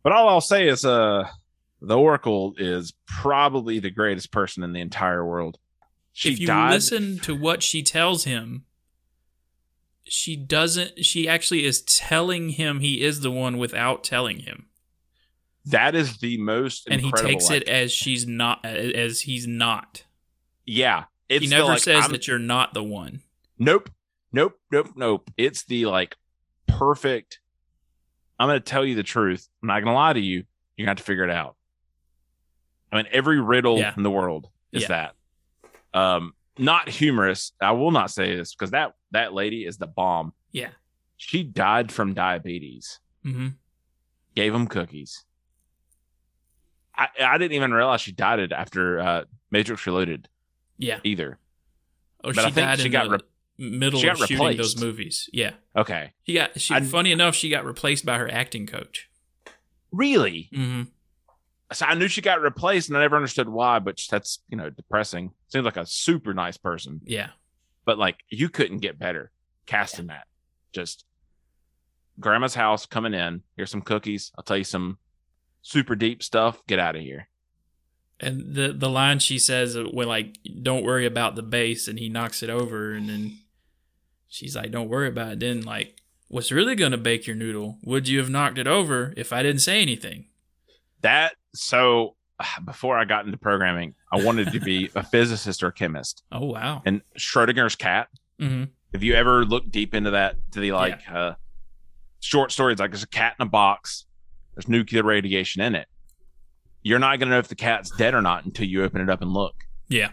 B: but all I'll say is, uh, the Oracle is probably the greatest person in the entire world. She
A: if you
B: died.
A: listen to what she tells him, she doesn't. She actually is telling him he is the one without telling him.
B: That is the most
A: and he
B: incredible
A: takes it
B: act.
A: as she's not as he's not.
B: Yeah, it's
A: he
B: the,
A: never
B: like,
A: says
B: I'm-
A: that you're not the one.
B: Nope, nope, nope, nope. It's the like perfect. I'm going to tell you the truth. I'm not going to lie to you. You're going to have to figure it out. I mean, every riddle
A: Yeah.
B: in the world is
A: Yeah.
B: that. Um, not humorous. I will not say this because that that lady is the bomb.
A: Yeah.
B: she died from diabetes.
A: hmm
B: Gave him cookies. I I didn't even realize she died it after uh, Matrix Reloaded
A: Yeah.
B: either.
A: Oh,
B: But
A: she
B: I think
A: died
B: she
A: in
B: got
A: the
B: re-
A: middle
B: she got
A: of shooting those
B: replaced.
A: movies. Yeah.
B: Okay,
A: She got. She,
B: I-
A: funny enough, she got replaced by her acting coach.
B: really?
A: hmm
B: so I knew she got replaced, and I never understood why. But that's you know depressing. Seems like a super nice person,
A: Yeah.
B: but like you couldn't get better casting that. Just grandma's house coming in. Here's some cookies. I'll tell you some super deep stuff. Get out of here.
A: And the the line she says uh, when like don't worry about the bass and he knocks it over and then she's like don't worry about it then like what's really gonna bake your noodle would you have knocked it over if I didn't say anything
B: That so ah, before I got into programming, I wanted to be a physicist or a chemist.
A: oh wow
B: And Schrodinger's cat
A: hmm
B: If you ever look deep into that to the like uh short stories like there's a cat in a box there's nuclear radiation in it you're not going to know if the cat's dead or not until you open it up and look
A: yeah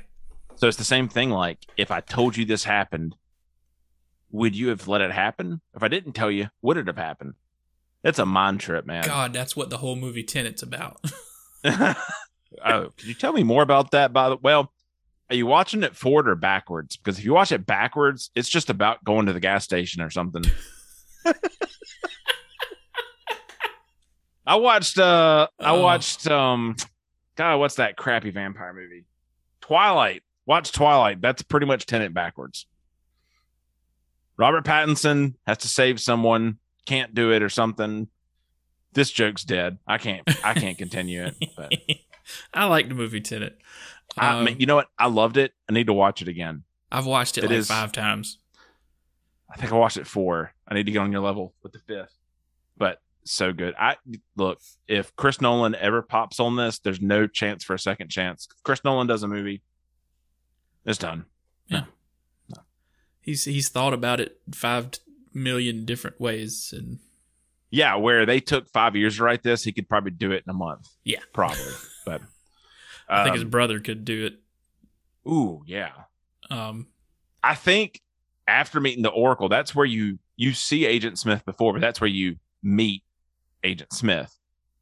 B: so it's the same thing like if i told you this happened would you have let it happen if i didn't tell you would it have happened that's a mind trip man
A: God that's what the whole movie Tenet's about
B: oh could you tell me more about that by the well are you watching it forward or backwards because if you watch it backwards it's just about going to the gas station or something i watched uh i
A: Oh.
B: watched um god what's that crappy vampire movie twilight watch twilight that's pretty much tenant backwards robert pattinson has to save someone can't do it or something this joke's dead i can't i can't continue it but
A: I like the movie Tenet
B: I
A: Um,
B: mean, you know what? I loved it. I need to watch it again.
A: I've watched it,
B: It
A: like
B: is-
A: five times
B: I think I watched it four. I need to get on your level with the fifth. But so good. I look if Chris Nolan ever pops on this, there's no chance for a second chance. Chris Nolan does a movie. It's done.
A: he's he's thought about it five t- million different ways and
B: Yeah, where they took five years to write this, he could probably do it in a month.
A: Yeah.
B: probably. But
A: I think
B: um,
A: his brother could do it
B: ooh, yeah.
A: um
B: I think after meeting the Oracle, that's where you you see Agent Smith before, but that's where you meet Agent Smith.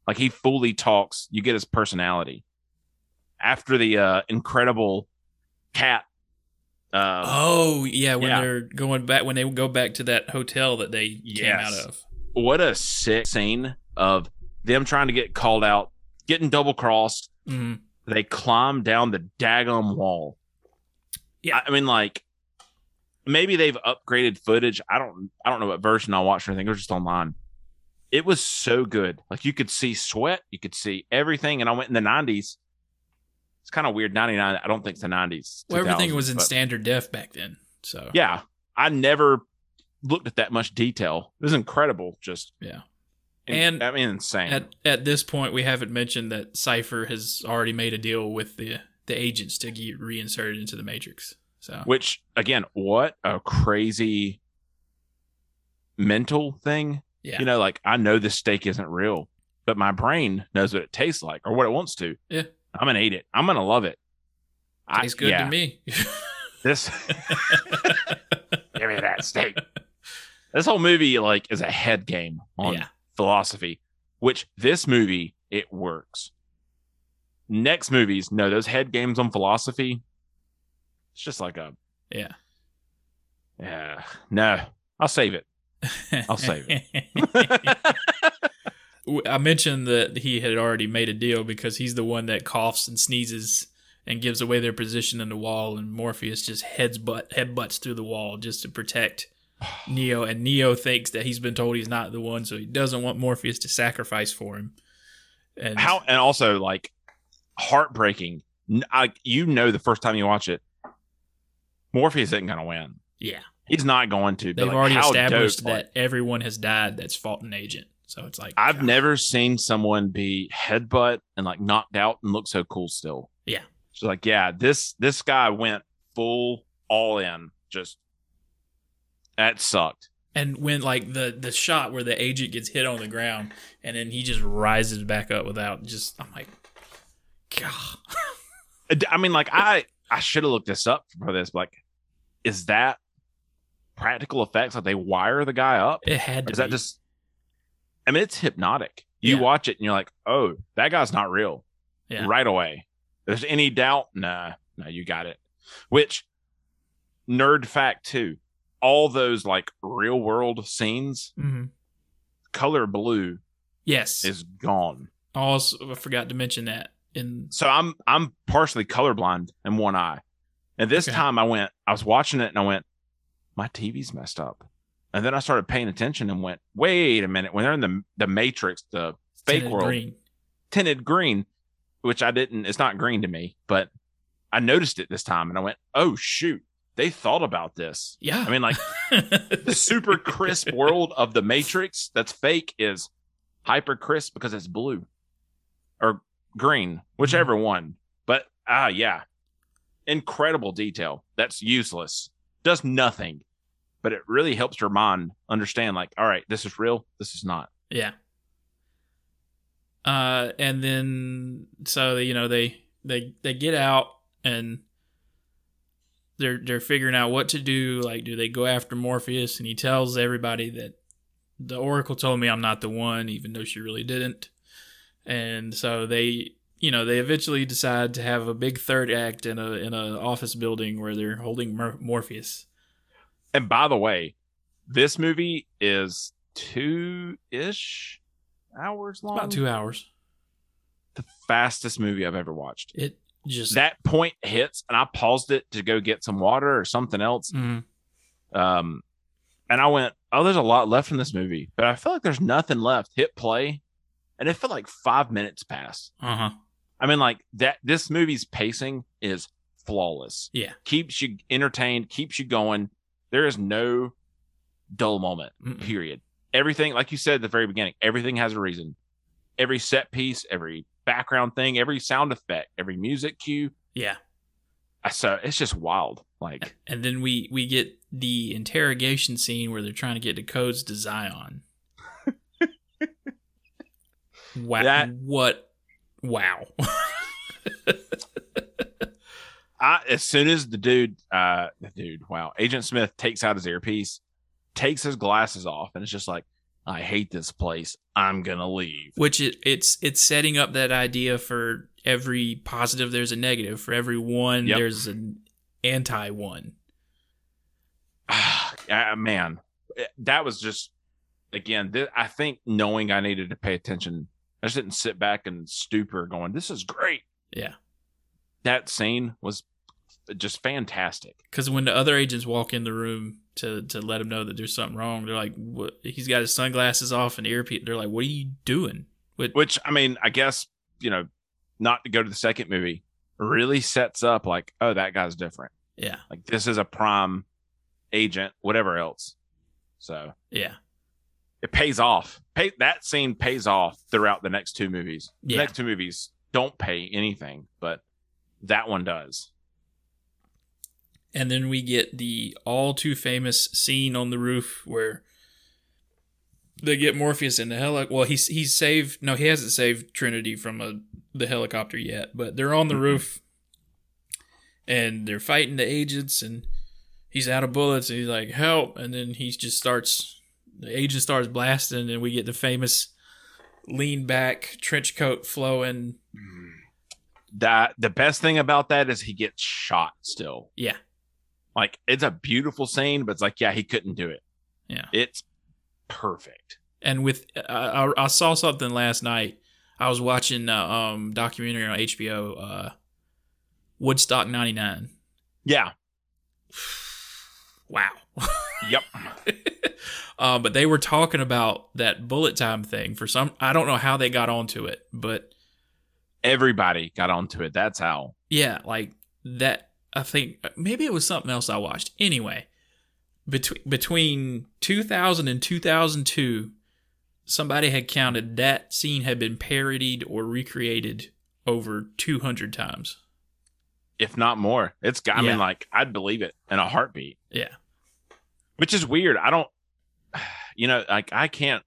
B: Like he fully talks, you get his personality. After the uh, incredible cat, uh,
A: Oh yeah, when
B: Yeah.
A: they're going back when they go back to that hotel that they came
B: Yes.
A: out of.
B: what a sick scene of them trying to get called out, getting double crossed.
A: Mhm.
B: They climb down the daggum wall.
A: Yeah.
B: I, I mean, like maybe they've upgraded footage. I don't, I don't know what version I watched or anything. It was just online. It was so good. Like you could see sweat, you could see everything. And I went in the nineties. It's kind of weird. Ninety nine. I don't think it's the nineties.
A: Well, everything was in
B: but-
A: standard def back then. So
B: Yeah, I never looked at that much detail. It was incredible. Just
A: Yeah.
B: and,
A: And-
B: I mean insane.
A: At at this point, we haven't mentioned that Cipher has already made a deal with the the agents to get reinserted into the Matrix. So
B: Which again, what a crazy mental thing.
A: yeah,
B: You know, like I know this steak isn't real, but my brain knows what it tastes like or what it wants to.
A: Yeah.
B: I'm gonna eat it. I'm gonna love it.
A: tastes good to me.
B: This give me that steak. This whole movie like is a head game on
A: yeah,
B: philosophy, which this movie it works. Next movies, no, those head games on philosophy. It's just like a
A: yeah.
B: yeah. No, I'll save it. I'll save
A: it. I mentioned that he had already made a deal because he's the one that coughs and sneezes and gives away their position in the wall, and Morpheus just heads butt head butts through the wall just to protect Neo. And Neo thinks that he's been told he's not the one, so he doesn't want Morpheus to sacrifice for him. And
B: How and also like heartbreaking. N- I, you know, the first time you watch it, Morpheus isn't going to win.
A: Yeah,
B: He's not going to. but,
A: they've
B: like,
A: already
B: how
A: established
B: dope,
A: that everyone has died that's fought an agent. So it's like
B: I've
A: God.
B: never seen someone be headbutt and like knocked out and look so cool still.
A: Yeah.
B: She's like, yeah, this this guy went full all in. Just that sucked.
A: And when like the the shot where the agent gets hit on the ground and then he just rises back up without just I'm like, God,
B: Uh, I mean, like I I should have looked this up for this. But like, is that practical effects? Like they wire the guy up?
A: it had
B: Or
A: to.
B: is that
A: be.
B: just? I mean, it's hypnotic. You
A: Yeah.
B: watch it and you're like, oh, that guy's not real.
A: Yeah.
B: Right away. There's any doubt? Nah, no, you got it. Which nerd fact too. All those like real world scenes,
A: Mhm.
B: color blue
A: yes?
B: is gone.
A: also, I forgot to mention that in
B: So I'm I'm partially colorblind in one eye. And this
A: Okay.
B: time I went, I was watching it and I went, my TV's messed up. And then I started paying attention and went, wait a minute. When they're in the the Matrix, the Fake
A: Tinted
B: World.
A: Green.
B: tinted green, which I didn't. It's not green to me, but I noticed it this time, and I went, "Oh shoot, they thought about this."
A: Yeah,
B: I mean, like the super crisp world of the Matrix that's fake is hyper crisp because it's blue or green, whichever one. But ah, yeah, incredible detail that's useless, does nothing, but it really helps your mind understand. Like, all right, this is real, this is not.
A: Yeah. Uh, and then so you know they they they get out and they're they're figuring out what to do. Like, do they go after Morpheus? And he tells everybody that the Oracle told me I'm not the one, even though she really didn't. And so they you know they eventually decide to have a big third act in a in a office building where they're holding Mor- Morpheus.
B: And by the way, this movie is two ish hours long.
A: About two hours.
B: The fastest movie I've ever watched.
A: It just
B: That point hits, and I paused it to go get some water or something else.
A: Mhm.
B: Um, and I went, "Oh, there's a lot left in this movie," but I feel like there's nothing left. Hit play, and it felt like five minutes passed.
A: uh-huh.
B: I mean, like that. This movie's pacing is flawless.
A: Yeah.
B: keeps you entertained, keeps you going. There is no dull moment.
A: Mm-mm.
B: period. Everything, like you said at the very beginning, everything has a reason. Every set piece, every background thing, every sound effect, every music cue.
A: Yeah.
B: I- So it's just wild. Like,
A: And then we we get the interrogation scene where they're trying to get the codes to Zion. wow!
B: That-
A: what? Wow!
B: I as soon as the dude, uh, the dude, wow, Agent Smith takes out his earpiece, takes his glasses off, and it's just like, I hate this place. I'm gonna leave.
A: Which it, it's it's setting up that idea for every positive there's a negative. For every one
B: Yep.
A: there's an anti one.
B: Ah, man, It- that was just again. Th- I think knowing I needed to pay attention, I just didn't sit back and stupor going, "This is great."
A: Yeah.
B: that scene was just fantastic.
A: Because when the other agents walk in the room to to let him know that there's something wrong, they're like, what? he's got his sunglasses off and earpiece. They're like, what are you doing? What?
B: Which I mean, I guess you know, not to go to the second movie really sets up like, oh, that guy's different.
A: Yeah.
B: Like this is a prime agent, whatever else. So
A: Yeah.
B: it pays off. Pay, that scene pays off throughout the next two movies.
A: Yeah.
B: The next two movies don't pay anything, but that one does.
A: And then we get the all too famous scene on the roof where they get Morpheus in the heli. Well, he's he's saved. No, he hasn't saved Trinity from a, the helicopter yet, but they're on the
B: Mhm.
A: roof and they're fighting the agents, and he's out of bullets, and he's like, "Help!" And then he just starts. The agent starts blasting, and we get the famous lean back, trench coat flowing. Hmm.
B: That the best thing about that is he gets shot still.
A: Yeah.
B: Like it's a beautiful scene, but it's like, yeah, he couldn't do it.
A: Yeah.
B: It's perfect.
A: and with I, I, I saw something last night. I was watching uh, um documentary on HBO, uh, Woodstock '99.
B: Yeah.
A: Wow.
B: Yep.
A: uh, but they were talking about that bullet time thing for some. I don't know how they got onto it, but
B: Everybody got onto it. That's how.
A: yeah, like that. I think uh, maybe it was something else I watched. Anyway, between between 2000 and 2002, somebody had counted that scene had been parodied or recreated over 200 times.
B: if not more. It's got, I
A: Yeah.
B: mean, like, I'd believe it in a heartbeat,
A: Yeah.
B: which is weird. I don't, you know, like, I can't,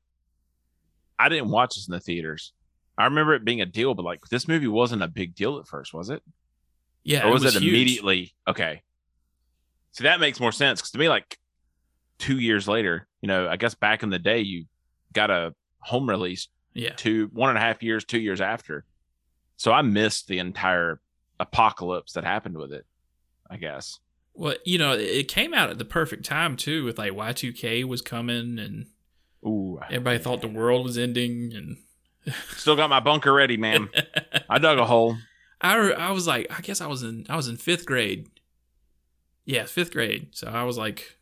B: I didn't watch this in the theaters. I remember it being a deal, but like, this movie wasn't a big deal at first, was it?
A: Yeah.
B: or was it,
A: huge.
B: immediately? Okay. See, that makes more sense because to me, like, two years later, you know, I guess back in the day, you got a home release
A: Yeah.
B: two, one and a half years, two years after. So I missed the entire apocalypse that happened with it, I guess.
A: Well, you know, it came out at the perfect time too, with like Y2K was coming and
B: Ooh,
A: everybody thought the world was ending. And
B: still got my bunker ready, ma'am. I dug a hole.
A: I, re- I was like, I guess I was in, I was in fifth grade. Yeah, fifth grade. So I was like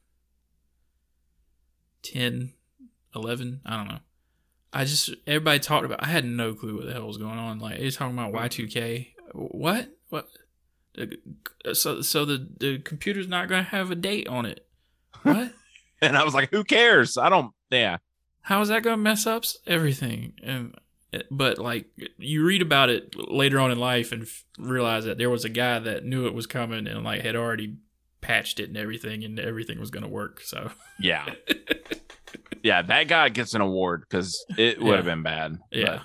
A: 10, 11. I don't know. I just, everybody talked about, I had no clue what the hell was going on. Like, you're talking about Y2K. What? What? The- So, so the, the computer's not going to have a date on it. What?
B: And I was like, who cares? I don't, yeah.
A: how is that going to mess up s- everything? And eh, but like you read about it later on in life and f- realize that there was a guy that knew it was coming and like had already patched it and everything and everything was going to work. So
B: Yeah. yeah. That guy gets an award because it would have been bad.
A: yeah.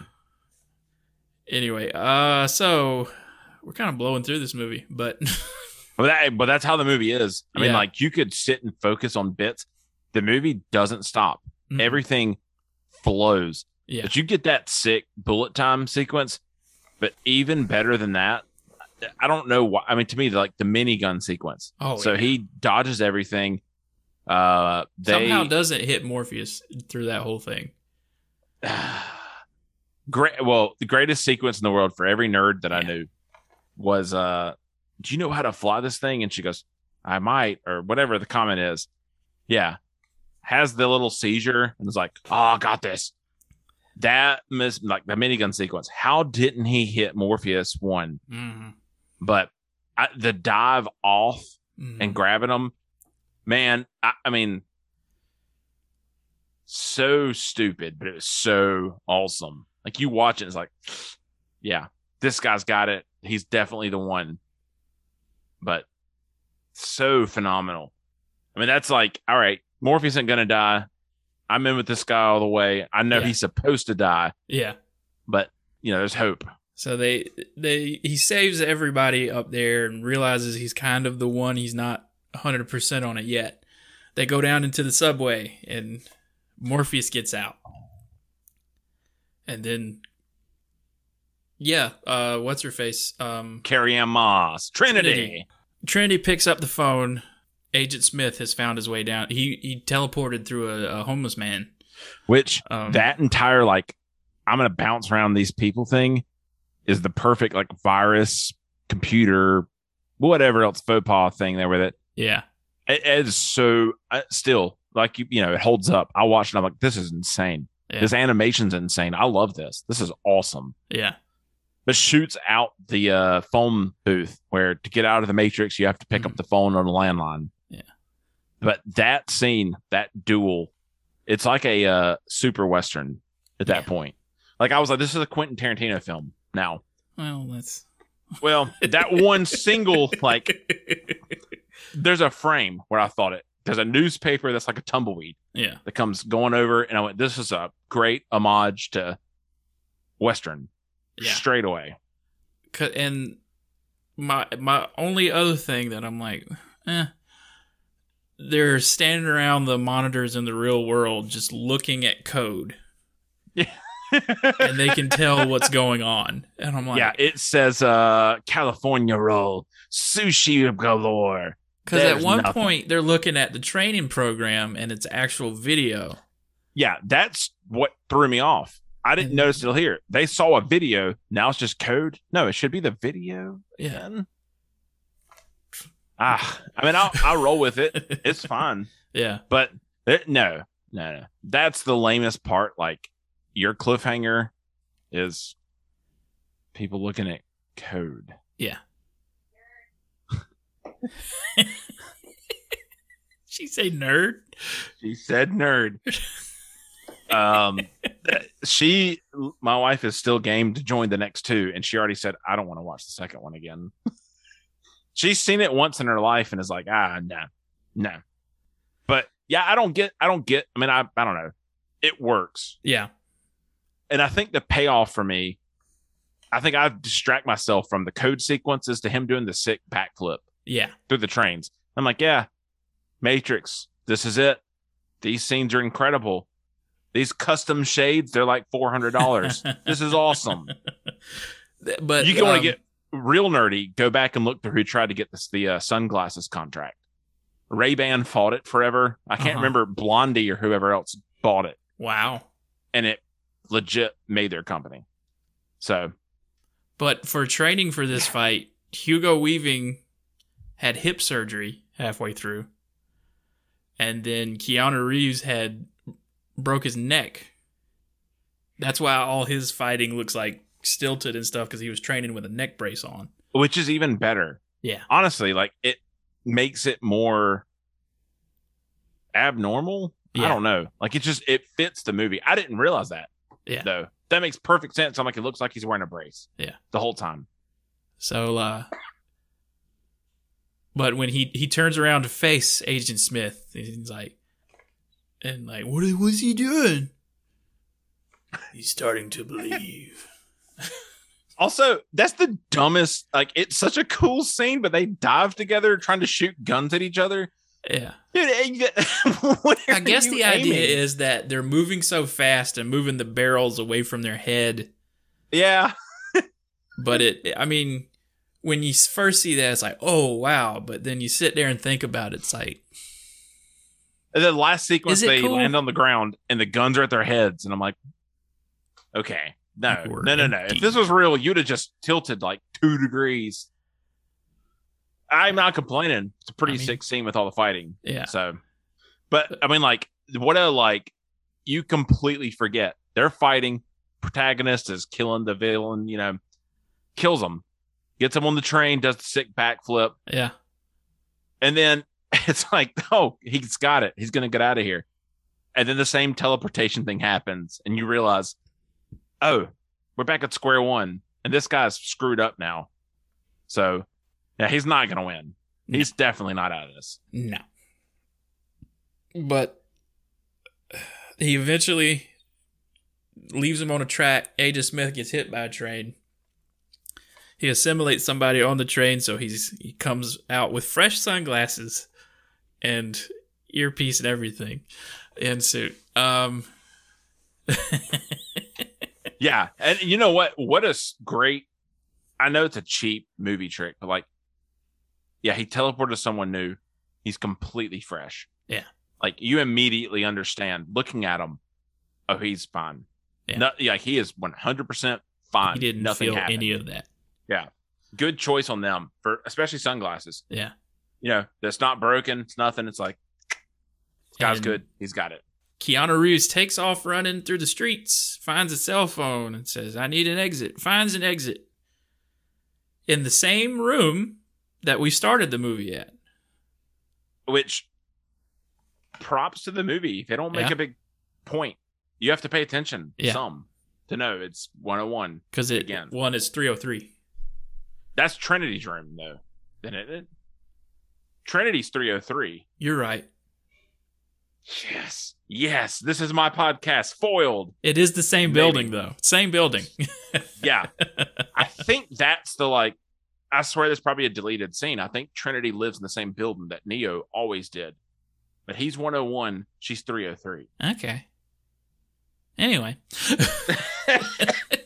A: Anyway, uh, so we're kind of blowing through this movie, but
B: But, but, that, but that's how the movie is. I mean,
A: Yeah.
B: like, you could sit and focus on bits. The movie doesn't stop,
A: Mm.
B: everything flows.
A: Mm-hmm. yeah,
B: But you get that sick bullet time sequence. But even better than that, I don't know why. I mean, to me, like the minigun sequence.
A: oh,
B: so
A: yeah.
B: he dodges everything. Uh, they,
A: somehow doesn't hit Morpheus through that whole thing.
B: great well the greatest sequence in the world for every nerd that i
A: Yeah.
B: knew was uh do you know how to fly this thing and she goes i might or whatever the comment is yeah has the little seizure and is like oh I got this that miss like the minigun sequence how didn't he hit morpheus one
A: Mhm.
B: but I, the dive off
A: Mhm.
B: and grabbing them. Man, I, I mean, so stupid, but it was so awesome. Like you watch it, it's like, yeah, this guy's got it. He's definitely the one. But so phenomenal. I mean, that's like, all right, Morpheus isn't gonna die. I'm in with this guy all the way. I know
A: Yeah.
B: he's supposed to die,
A: yeah.
B: but you know, there's hope.
A: So they they he saves everybody up there and realizes he's kind of the one he's not 100% on it yet. They go down into the subway and Morpheus gets out. And then yeah, uh what's her face? Um
B: Carrie Ann Moss, Trinity.
A: Trinity. Trinity picks up the phone. Agent Smith has found his way down. He he teleported through a, a homeless man.
B: which
A: Um,
B: that entire like I'm gonna bounce around these people thing is the perfect like virus computer whatever else faux pas thing there with it.
A: yeah.
B: It, it is so uh, still like you you know it holds up. I watched and I'm like this is insane.
A: Yeah.
B: This animation's insane. I love this. This is awesome.
A: Yeah.
B: But shoots out the uh, phone booth where to get out of the matrix you have to pick up the phone on a landline.
A: Mm. Yeah.
B: But that scene, that duel, it's like a uh, super western at that
A: Yeah.
B: point. Like I was like, this is a Quentin Tarantino film now.
A: Well, that's
B: Well, that one single like there's a frame where I thought it. There's a newspaper that's like a tumbleweed
A: yeah.
B: that comes going over, and I went, this is a great homage to western
A: Yeah.
B: straight away.
A: Cu- and my my only other thing that I'm like, eh, they're standing around the monitors in the real world just looking at code, and they can tell what's going on. And I'm
B: yeah,
A: like,
B: it says uh California roll, sushi galore.
A: because at
B: there's
A: one
B: nothing.
A: point they're looking at the training program and it's actual video.
B: Yeah, that's what threw me off. I didn't
A: And-
B: notice till here. They saw a video. Now it's just code. No, it should be the video.
A: Yeah,
B: Then. Ah, I mean, I'll, I'll roll with it. It's fine.
A: yeah,
B: But it, no, no, no. That's the lamest part. Like, your cliffhanger is people looking at code.
A: she say nerd.
B: She said nerd. um, she, my wife, is still game to join the next two, and she already said, "I don't want to watch the second one again." She's seen it once in her life and is like, "Ah, no, no." But yeah, I don't get. I don't get. I mean, I, I don't know. It works,
A: yeah.
B: and I think the payoff for me, I think I distract myself from the code sequences to him doing the sick backflip
A: Yeah.
B: through the trains. I'm like, yeah, Matrix, this is it. These scenes are incredible. These custom shades, they're like four hundred dollars. this is awesome.
A: Th- But
B: You can want
A: um,
B: to get real nerdy. Go back and look through who tried to get this the uh, sunglasses contract. Ray Ban fought it forever. I can't
A: Uh-huh.
B: remember Blondie or whoever else bought it,
A: Wow.
B: and it legit made their company. So
A: But for training for this fight, Hugo Weaving had hip surgery halfway through. And then Keanu Reeves had broke his neck. That's why all his fighting looks like stilted and stuff because he was training with a neck brace on.
B: which is even better.
A: Yeah.
B: Honestly, like it makes it more abnormal.
A: Yeah.
B: I don't know. Like it just it fits the movie. I didn't realize that.
A: Yeah.
B: Though that makes perfect sense. I'm like, it looks like he's wearing a brace.
A: Yeah.
B: The whole time.
A: So, uh, but when he he turns around to face Agent Smith, he's like, and like, what is what's he doing? He's starting to believe.
B: Also, that's the dumbest. Like, it's such a cool scene, but they dive together trying to shoot guns at each other.
A: Yeah,
B: Dude,
A: I guess the idea is that they're moving so fast and moving the barrels away from their head.
B: yeah,
A: But it, I mean, when you s- first see that, it's like, oh wow. But then you sit there and think about it, it's like,
B: And the last sequence
A: Is it
B: they
A: cool?
B: land on the ground and the guns are at their heads, and I'm like, okay, no,
A: You were
B: no, no, no.
A: empty.
B: If this was real, you'd have just tilted like two degrees. I'm not complaining. It's a pretty
A: I mean-
B: sick scene with all the fighting.
A: yeah,
B: So, but I mean, like, what a like, you completely forget they're fighting. Protagonist is killing the villain. You know, kills him, gets him on the train, does the sick backflip.
A: yeah,
B: And then it's like, oh, he's got it. He's going to get out of here. And then the same teleportation thing happens, and you realize, oh, we're back at square one, and this guy's screwed up now. So, yeah, he's not going to win. He's definitely not out of this.
A: No. But he eventually leaves him on a track. Agent Smith gets hit by a train. He assimilates somebody on the train, so he's he comes out with fresh sunglasses and earpiece and everything and suit. Um
B: Yeah, and you know what? What a s- great. I know it's a cheap movie trick, but like, yeah, he teleported to someone new. He's completely fresh.
A: Yeah.
B: like you immediately understand looking at him. Oh, he's fine.
A: Yeah.
B: Yeah, yeah he is one hundred percent fine.
A: he didn't
B: Uh, Nothing
A: feel
B: happened.
A: any of that.
B: Good choice on them for especially sunglasses.
A: Yeah.
B: You know, that's not broken. It's nothing. It's like guy's
A: And
B: good. He's got it.
A: Keanu Reeves takes off running through the streets, finds a cell phone, and says, I need an exit. Finds an exit in the same room that we started the movie at.
B: Which props to the movie. They don't make
A: Yeah.
B: a big point. You have to pay attention
A: Yeah.
B: some to know it's 101.
A: Because it,
B: Again.
A: one is 303.
B: That's Trinity's room, though, isn't it? Trinity's 303.
A: You're right.
B: Yes. Yes. This is my podcast, Foiled.
A: It is the same
B: Maybe.
A: building, though. Same building.
B: Yeah. I think that's the like, I swear there's probably a deleted scene. I think Trinity lives in the same building that Neo always did, but he's 101. She's 303.
A: okay. Anyway.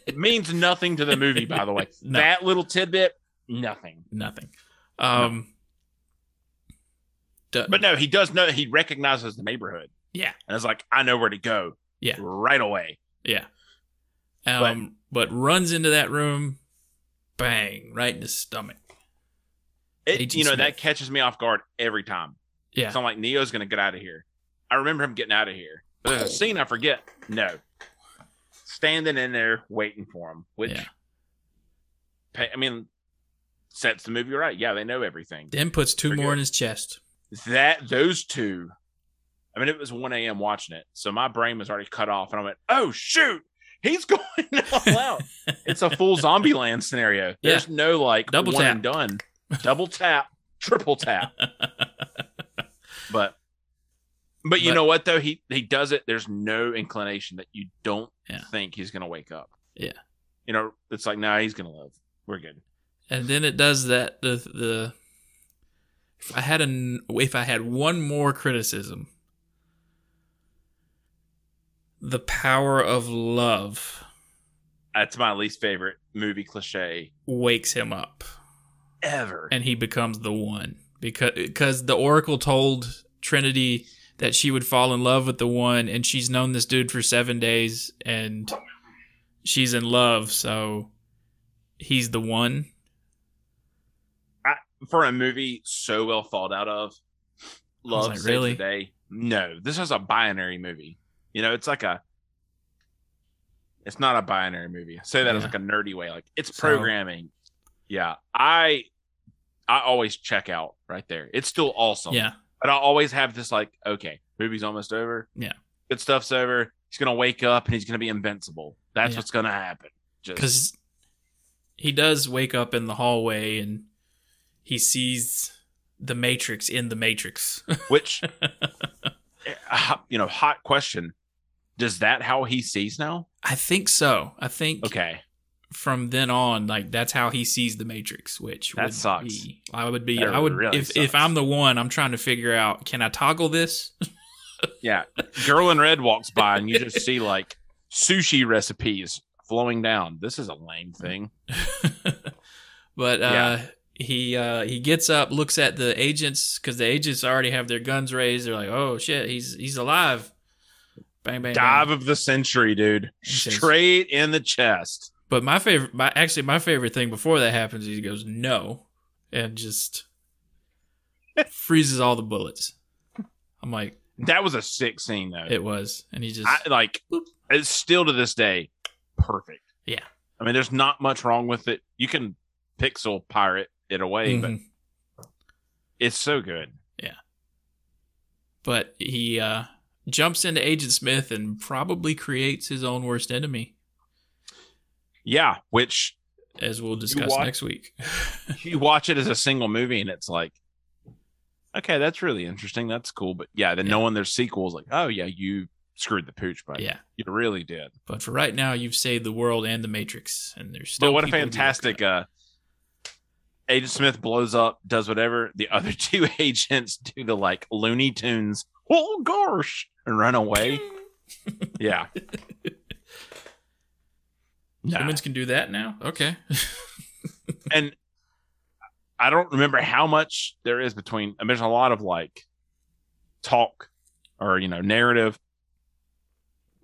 B: It means nothing to the movie, by the way.
A: No.
B: That little tidbit, nothing.
A: Nothing. Um, duh.
B: But no, he does know he recognizes the neighborhood.
A: Yeah.
B: And it's like, I know where to go.
A: Yeah.
B: Right away.
A: Yeah. Um, but, runs into that room, bang, right in the stomach.
B: It,
A: Agent
B: you know,
A: Smith.
B: that catches me off guard every time.
A: Yeah.
B: So I'm like, Neo's gonna get out of here. I remember him getting out of here. But there's a scene I forget. No. Standing in there waiting for him, which
A: Yeah.
B: pa- I mean sets the movie right. Yeah, they know everything.
A: Then puts two
B: Pretty
A: more
B: good.
A: in his chest.
B: That those two I mean, it was 1 a.m. watching it. So my brain was already cut off. And I went, oh, shoot, he's going all out. it's a full zombie land scenario.
A: Yeah.
B: There's no like
A: Double
B: one
A: tap.
B: and done. Double tap, triple tap. But but you
A: But-
B: know what though? He he does it. There's no inclination that you don't
A: Yeah.
B: think he's gonna wake up.
A: Yeah.
B: You know, it's like, nah, he's gonna live. We're good.
A: and then it does that the the if I had an if I had one more criticism the power of love
B: That's my least favorite movie cliche
A: wakes him up
B: ever.
A: and he becomes the one because because the oracle told Trinity that she would fall in love with the one and she's known this dude for 7 days and she's in love so he's the one
B: For a movie so well thought out of, love
A: like,
B: saves
A: really?
B: the day. No, this is a binary movie. You know, it's like a it's not a binary movie. I say that as
A: Yeah.
B: like a nerdy way. Like it's
A: So-
B: programming. yeah. I I always check out right there. It's still awesome.
A: yeah
B: But I always have this like, okay, movie's almost over.
A: Yeah.
B: Good stuff's over. He's gonna wake up and he's gonna be invincible. That's
A: Yeah.
B: what's gonna happen. Just
A: because he does wake up in the hallway and he sees the matrix in the matrix
B: which eh, you know, hot question. Does that how he sees now?
A: i think so i think
B: Okay.
A: from then on like that's how he sees the matrix which
B: That
A: would
B: sucks.
A: be- i would be
B: That
A: i would
B: really
A: if, if
B: sucks.
A: i'm the one i'm trying to figure out can i toggle this
B: Yeah. Girl in red walks by and you just see like sushi recipes flowing down. This is a lame
A: Mm.
B: thing.
A: but uh
B: Yeah.
A: he uh he gets up looks at the agents because the agents already have their guns raised they're like oh shit he's he's alive bang bang bang.
B: Dive of the century, dude.
A: says-
B: Straight in the chest.
A: But my favorite, my actually my favorite thing before that happens, he goes no, and just freezes all the bullets. I'm like,
B: That was a sick scene though.
A: it was, and he just
B: I like
A: Boop.
B: it's still to this day perfect.
A: Yeah.
B: I mean, there's not much wrong with it. You can pixel pirate it away, but
A: Mhm. Mm-hmm.
B: it's so good.
A: but he uh, jumps into Agent Smith and probably creates his own worst enemy,
B: Yeah, which
A: as we'll discuss
B: watch-
A: next week.
B: you watch it as a single movie and it's like, okay, that's really interesting. That's cool. But yeah, then
A: Yeah.
B: knowing there's sequels, like, oh yeah, you screwed the pooch, buddy.
A: yeah,
B: You really did.
A: but for right now, you've saved the world and the Matrix, and there's still.
B: But what a
A: people who do
B: fantastic
A: that.
B: uh Agent Smith blows up, does whatever. The other two agents do the like Looney Tunes, oh gosh, and run away. yeah. Nah.
A: Humans can do that now. Okay.
B: And I don't remember how much there is between. I mean, there's a lot of like talk or you know narrative.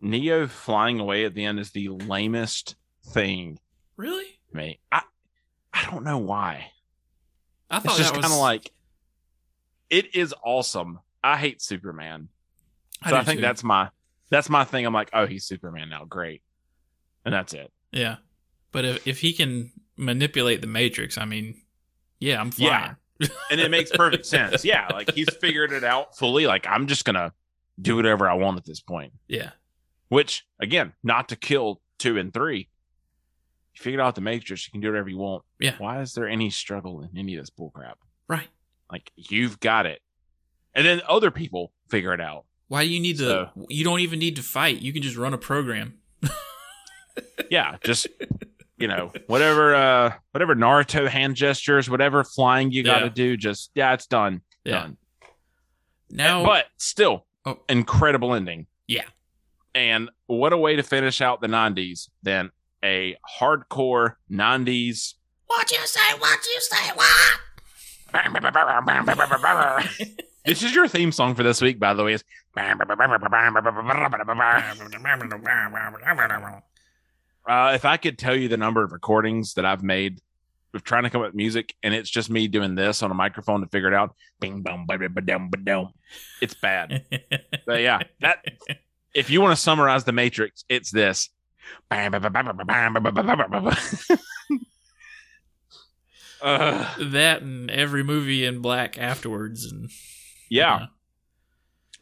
B: Neo flying away at the end is the lamest thing,
A: really?
B: to me. I I don't know why.
A: I
B: It's
A: thought
B: just
A: Oh, that
B: kind
A: was
B: of like it is awesome. I hate Superman, so
A: do
B: I, think
A: too.
B: that's my that's my thing. I'm like, oh, he's Superman now, great, and that's it.
A: Yeah. But if, if he can manipulate the matrix, I mean, yeah, I'm flying.
B: Yeah. And it makes perfect sense. Yeah, like he's figured it out fully. Like I'm just gonna do whatever I want at this point.
A: Yeah.
B: Which again, not to kill two and three. You figured out the Matrix, you can do whatever you want.
A: Yeah.
B: Why is there any struggle in any of this bullcrap?
A: Right.
B: Like you've got it, and then other people figure it out.
A: Why do you need to you don't even need to fight. You can just run a program.
B: yeah just you know whatever uh whatever naruto hand gestures whatever flying you gotta
A: Yeah.
B: do just yeah it's done
A: Yeah.
B: done
A: Now
B: but still
A: Oh.
B: incredible ending
A: Yeah.
B: and what a way to finish out the 90s than a hardcore 90s
C: What you say? What you say? What?
B: this is your theme song for this week by the way is Uh, if I could tell you the number of recordings that I've made with trying to come up with music, and it's just me doing this on a microphone to figure it out. Bing bong ba ba dum ba dum. It's bad. But yeah, that if you want to summarize the Matrix, it's this. Uh,
A: that and every movie in black afterwards and
B: yeah,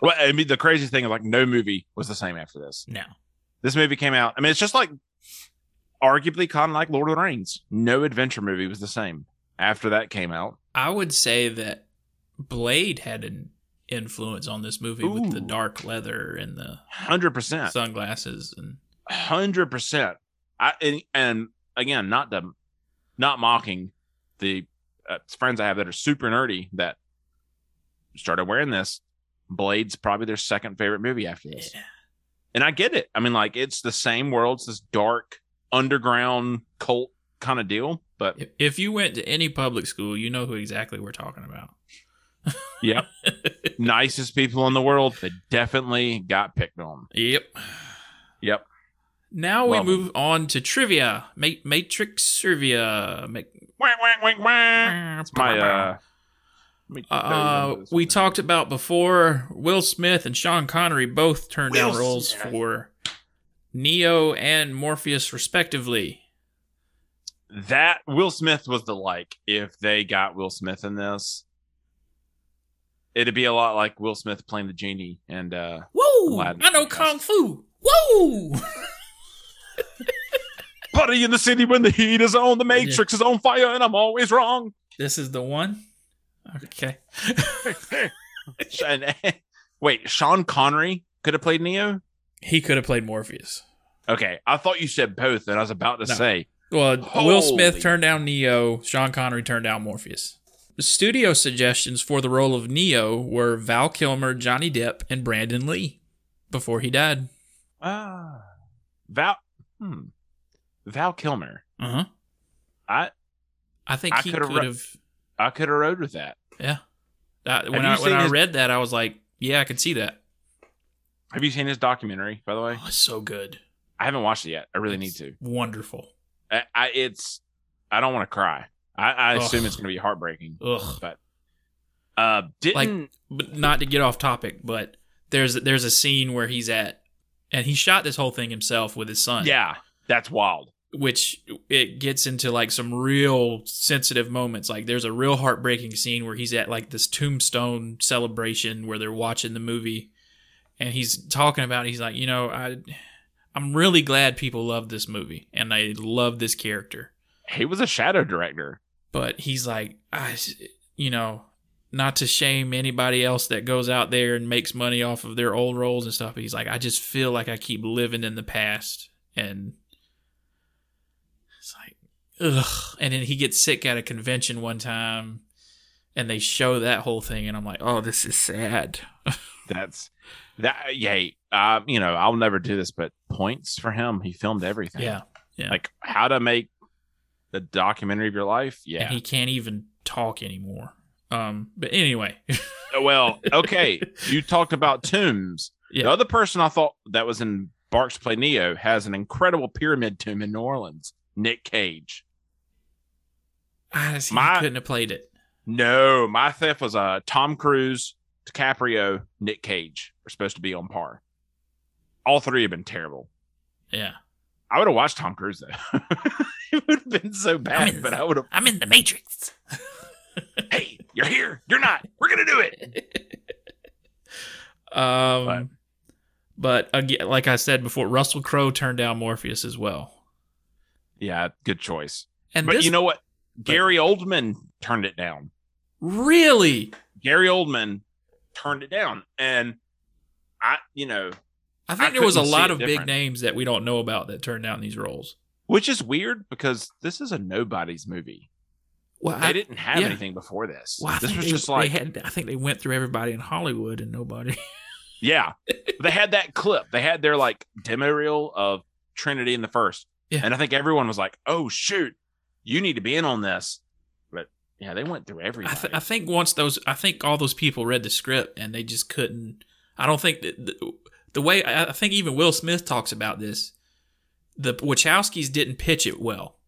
B: Well, I mean, the crazy thing is like no movie was the same after this.
D: No.
B: This movie came out. I mean, it's just like arguably kind of like Lord of the Rings. No adventure movie was the same after that came out.
A: I would say that Blade had an influence on this movie with the
B: Ooh.
A: dark leather and the
B: Hundred percent,
A: sunglasses and
B: hundred percent. I and, and again, not the, not mocking the uh, friends I have that are super nerdy that started wearing this. Blade's probably their second favorite movie after this.
A: yeah.
B: and I get it. I mean, like it's the same world, it's this dark underground cult kind of deal. But
A: If- If you went to any public school, you know who exactly we're talking about.
B: yeah, nicest people in the world, they definitely got picked on.
A: Yep.
B: Yep.
A: Now we
B: Love 'em.
A: move on to trivia. Ma- Matrix trivia. Ma-
B: Wah, wah, wah, wah. It's my uh. let me-
A: Uh, we talked about before Will Smith and Sean Connery both turned down
B: Will
A: roles
B: Smith.
A: for Neo and Morpheus, respectively.
B: that Will Smith was the like. If they got Will Smith in this, it'd be a lot like Will Smith playing the genie and uh
A: Woo!
B: Aladdin.
A: I know kung fu. Woo!
B: Party in the city when the heat is on, the Matrix is on fire, and I'm always wrong.
A: this is the one. Okay.
B: and, wait, Sean Connery could have played Neo.
A: He could have played Morpheus.
B: Okay, I thought you said both, and I was about to
A: No.
B: say
A: Well, Will Smith
B: Holy-
A: turned down Neo. Sean Connery turned down Morpheus. The studio suggestions for the role of Neo were Val Kilmer, Johnny Depp, and Brandon Lee before he died.
B: ah Val hmm. Val Kilmer.
A: Uh huh.
B: I
A: I think
B: I
A: he could
B: coulda ru-
A: have.
B: I could have rode with that.
A: Yeah. That, when
B: you
A: I when
B: seen
A: I
B: his-
A: read that, I was like, yeah, I can see that.
B: Have you seen his documentary? By the way,
A: Oh, it's so good.
B: I haven't watched it yet. I really need
A: It's
B: to.
A: Wonderful.
B: I, I it's I don't want to cry. I, I
A: Ugh.
B: assume it's going to be heartbreaking.
A: Ugh.
B: Uh, didn't
A: But not to get off topic, but there's there's a scene where he's at, and he shot this whole thing himself with his son.
B: yeah, that's wild.
A: which it gets into like some real sensitive moments. Like there's a real heartbreaking scene where he's at like this tombstone celebration where they're watching the movie and he's talking about he's like, you know, I I'm really glad people love this movie and they love this character.
B: He was a shadow director.
A: But he's like, I you know, not to shame anybody else that goes out there and makes money off of their old roles and stuff. But he's like, I just feel like I keep living in the past and it's like, ugh. And then he gets sick at a convention one time, and they show that whole thing, and I'm like, oh, this is sad.
B: That's that. Yay. Um, you know, I'll never do this, but points for him. He filmed everything.
A: Yeah.
B: like how to make the documentary of your life. Yeah.
A: And he can't even talk anymore. Um, but anyway,
B: Oh, well, okay. you talked about tombs.
A: Yeah.
B: The other person I thought that was in Barks Play Neo has an incredible pyramid tomb in New Orleans. Nick Cage.
A: I he
B: My-
A: couldn't have played it.
B: No, my theft was uh, Tom Cruise, DiCaprio, Nick Cage are supposed to be on par. All three have been terrible.
A: Yeah.
B: I would have watched Tom Cruise though. it would have been so bad,
A: mean-
B: but I would have.
A: I'm in the Matrix.
B: Hey, you're here. You're not. We're gonna do it.
A: Um, but again, like I said before, Russell Crowe turned down Morpheus as well.
B: Yeah, good choice.
A: And
B: but
A: this
B: you know what? Gary Oldman turned it down.
A: really,
B: Gary Oldman turned it down, and I, you know,
A: I think
B: I
A: there was a
B: couldn't see
A: lot
B: it
A: of big
B: different.
A: names that we don't know about that turned down these roles.
B: which is weird because this is a nobody's movie.
A: Well,
B: they didn't have
A: yeah.
B: anything before this.
A: Well, I
B: this
A: think
B: was
A: they-
B: just like,
A: they had. I think they went through everybody in Hollywood and nobody.
B: yeah, they had that clip. They had their like demo reel of Trinity in the first,
A: Yeah.
B: and I think everyone was like, "Oh shoot, you need to be in on this." But yeah, they went through
A: I,
B: everybody.
A: th- I think once those, I think all those people read the script and they just couldn't. I don't think that the, the way I I think even Will Smith talks about this, the Wachowskis didn't pitch it well.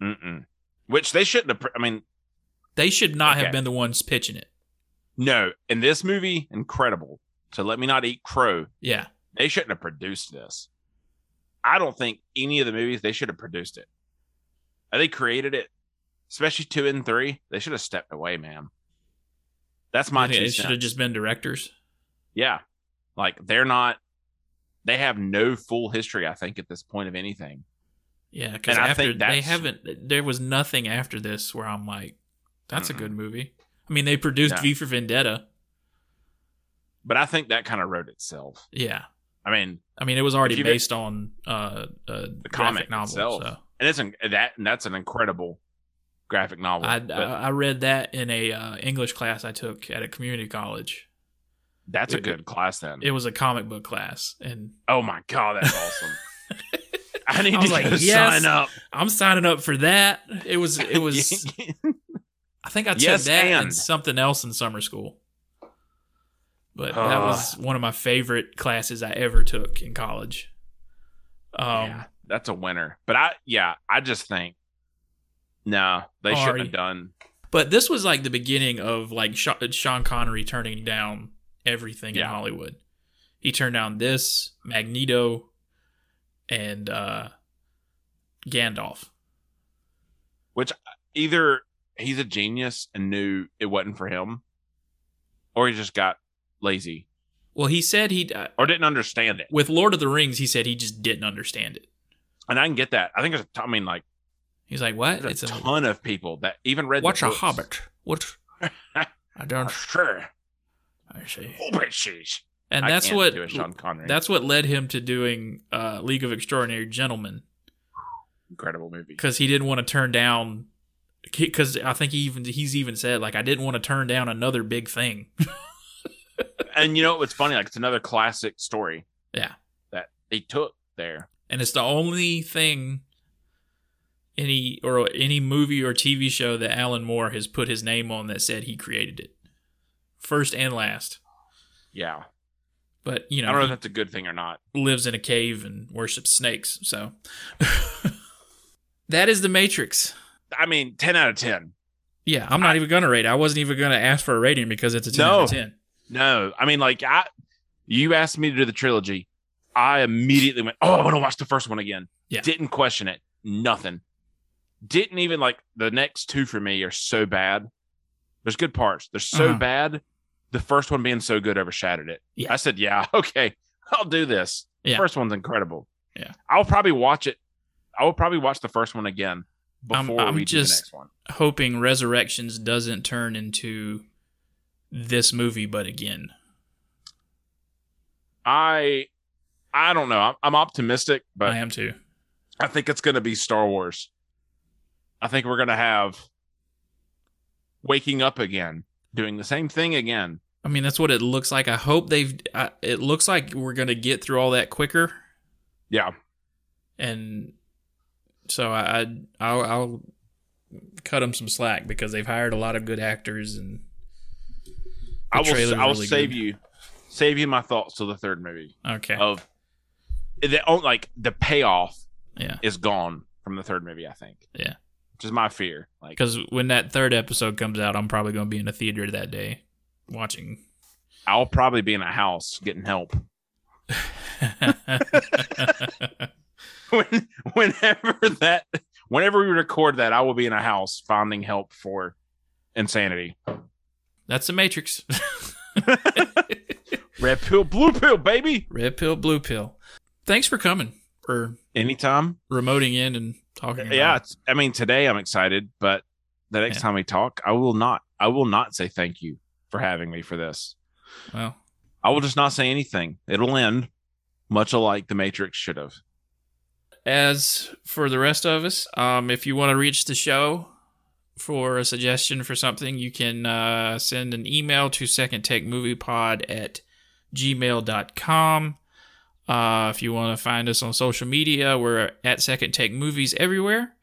B: Mm-mm. Which they shouldn't have. pr- I mean,
A: They should not have
B: Okay.
A: been the ones pitching it.
B: no. In this movie, incredible. So let me not eat crow.
A: Yeah,
B: They shouldn't have produced this. I don't think any of the movies they should have produced it. Uh, They created it, especially two and three. They should have stepped away, man. That's my
A: it
B: two
A: should have
B: cents.
A: just been directors.
B: Yeah, Like they're not, they have no full history, I think, at this point of anything.
A: Yeah, because
B: And I
A: after
B: think
A: they
B: that's-
A: haven't, there was nothing after this where I'm like, that's
B: Mm-mm.
A: a good movie. I mean, they produced
B: No.
A: V for Vendetta.
B: But I think that kind of wrote itself.
A: Yeah,
B: I mean,
A: I mean, it was already
B: If you've-
A: based on uh, uh the
B: comic
A: novel.
B: itself.
A: So
B: and it's an, that and that's an incredible graphic novel.
A: I, uh, I
B: But
A: I read that in a uh, English class I took at a community college.
B: that's a
A: it-
B: good class then.
A: It was a comic book class, and
B: oh my god, that's awesome. I need
A: I was
B: to
A: like,
B: go
A: yes.
B: sign up.
A: I'm signing up for that. It was it was I think I took
B: Yes,
A: that and,
B: and.
A: something else in summer school. But that
B: Ah.
A: was one of my favorite classes I ever took in college. Um,
B: yeah, that's a winner. But I, yeah, I just think, no, they
A: Ari.
B: shouldn't have done.
A: but this was like the beginning of like Sha- Sean Connery turning down everything in
B: Yeah.
A: Hollywood. He turned down this Magneto and uh, Gandalf.
B: Either he's a genius and knew it wasn't for him, or he just got lazy
A: Well, he said he uh,
B: or didn't understand it.
A: with Lord of the Rings. He said he just didn't understand it.
B: And I can get that. I think there's a ton, I mean, like,
A: He's like, "What?
B: there's
A: It's
B: a
A: a
B: ton of people that even read. the
A: what's a
B: books.
A: hobbit? What? I
B: Oh,
A: don't.
B: Sure,
A: I see."
B: hobbit shoes.
A: And
B: I
A: that's
B: can't
A: what
B: do a Sean Connery.
A: That's what led him to doing uh, League of Extraordinary Gentlemen
B: incredible movie.
A: because he didn't want to turn down. Because I think he even he's even said like I didn't want to turn down another big thing.
B: and you know what's funny? Like, it's another classic story.
A: Yeah.
B: that they took there.
A: and it's the only thing any or any movie or TV show that Alan Moore has put his name on that said he created it, first and last.
B: Yeah,
A: But you
B: I don't know
A: know,
B: if that's a good thing or not.
A: he lives in a cave and worships snakes. So that is the Matrix.
B: I mean, ten out of ten.
A: Yeah, I'm not even gonna rate. it. I wasn't even gonna ask for a rating because it's a ten
B: No.
A: out of ten.
B: No, I mean, like I, you asked me to do the trilogy. I immediately went, "Oh, I want to watch the first one again."
A: Yeah.
B: didn't question it. Nothing. Didn't even like the next two for me are so bad. There's good parts. They're so
A: Uh-huh.
B: bad. The first one being so good overshadowed it.
A: Yeah.
B: I said, "Yeah, okay, I'll do this."
A: Yeah.
B: First one's incredible.
A: Yeah.
B: I'll probably watch it. I will probably watch the first one again
A: I'm-
B: before
A: I'm
B: we do the
A: just-
B: next one.
A: Hoping Resurrections doesn't turn into this movie, but again,
B: I, I don't know. I'm, I'm optimistic, but
A: I am too.
B: I think it's going to be Star Wars. I think we're going to have waking up again, doing the same thing again.
A: I mean, that's what it looks like. I hope they've. I, it looks like we're gonna get through all that quicker,
B: Yeah.
A: and so I, I I'll, I'll cut them some slack because they've hired a lot of good actors and
B: I will
A: trailer
B: I will
A: really
B: save
A: good.
B: you save you my thoughts to the third movie
A: okay,
B: of the oh, like the payoff
A: yeah.
B: is gone from the third movie, I think.
A: Yeah.
B: Which is my fear. Like
A: Because when that third episode comes out, I'm probably gonna be in a theater that day watching.
B: I'll probably be in a house getting help when, whenever that whenever we record that I will be in a house finding help for insanity.
A: that's the Matrix.
B: Red pill, blue pill, baby.
A: Red pill, blue pill. Thanks for coming or
B: Anytime.
A: remoting in and talking.
B: yeah
A: about
B: it's- i mean today i'm excited but the next
A: Yeah.
B: time we talk i will not i will not say thank you for having me for this
A: it. Well,
B: i will just not say anything it'll end much alike the matrix should have
A: as for the rest of us, um, if you want to reach the show for a suggestion for something, you can uh, send an email to secondtakemoviepod at gmail.com. Uh, if you want to find us on social media, we're at Second Take Movies everywhere.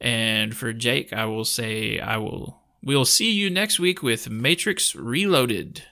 A: And for Jake, I will say I will we'll see you next week with Matrix Reloaded.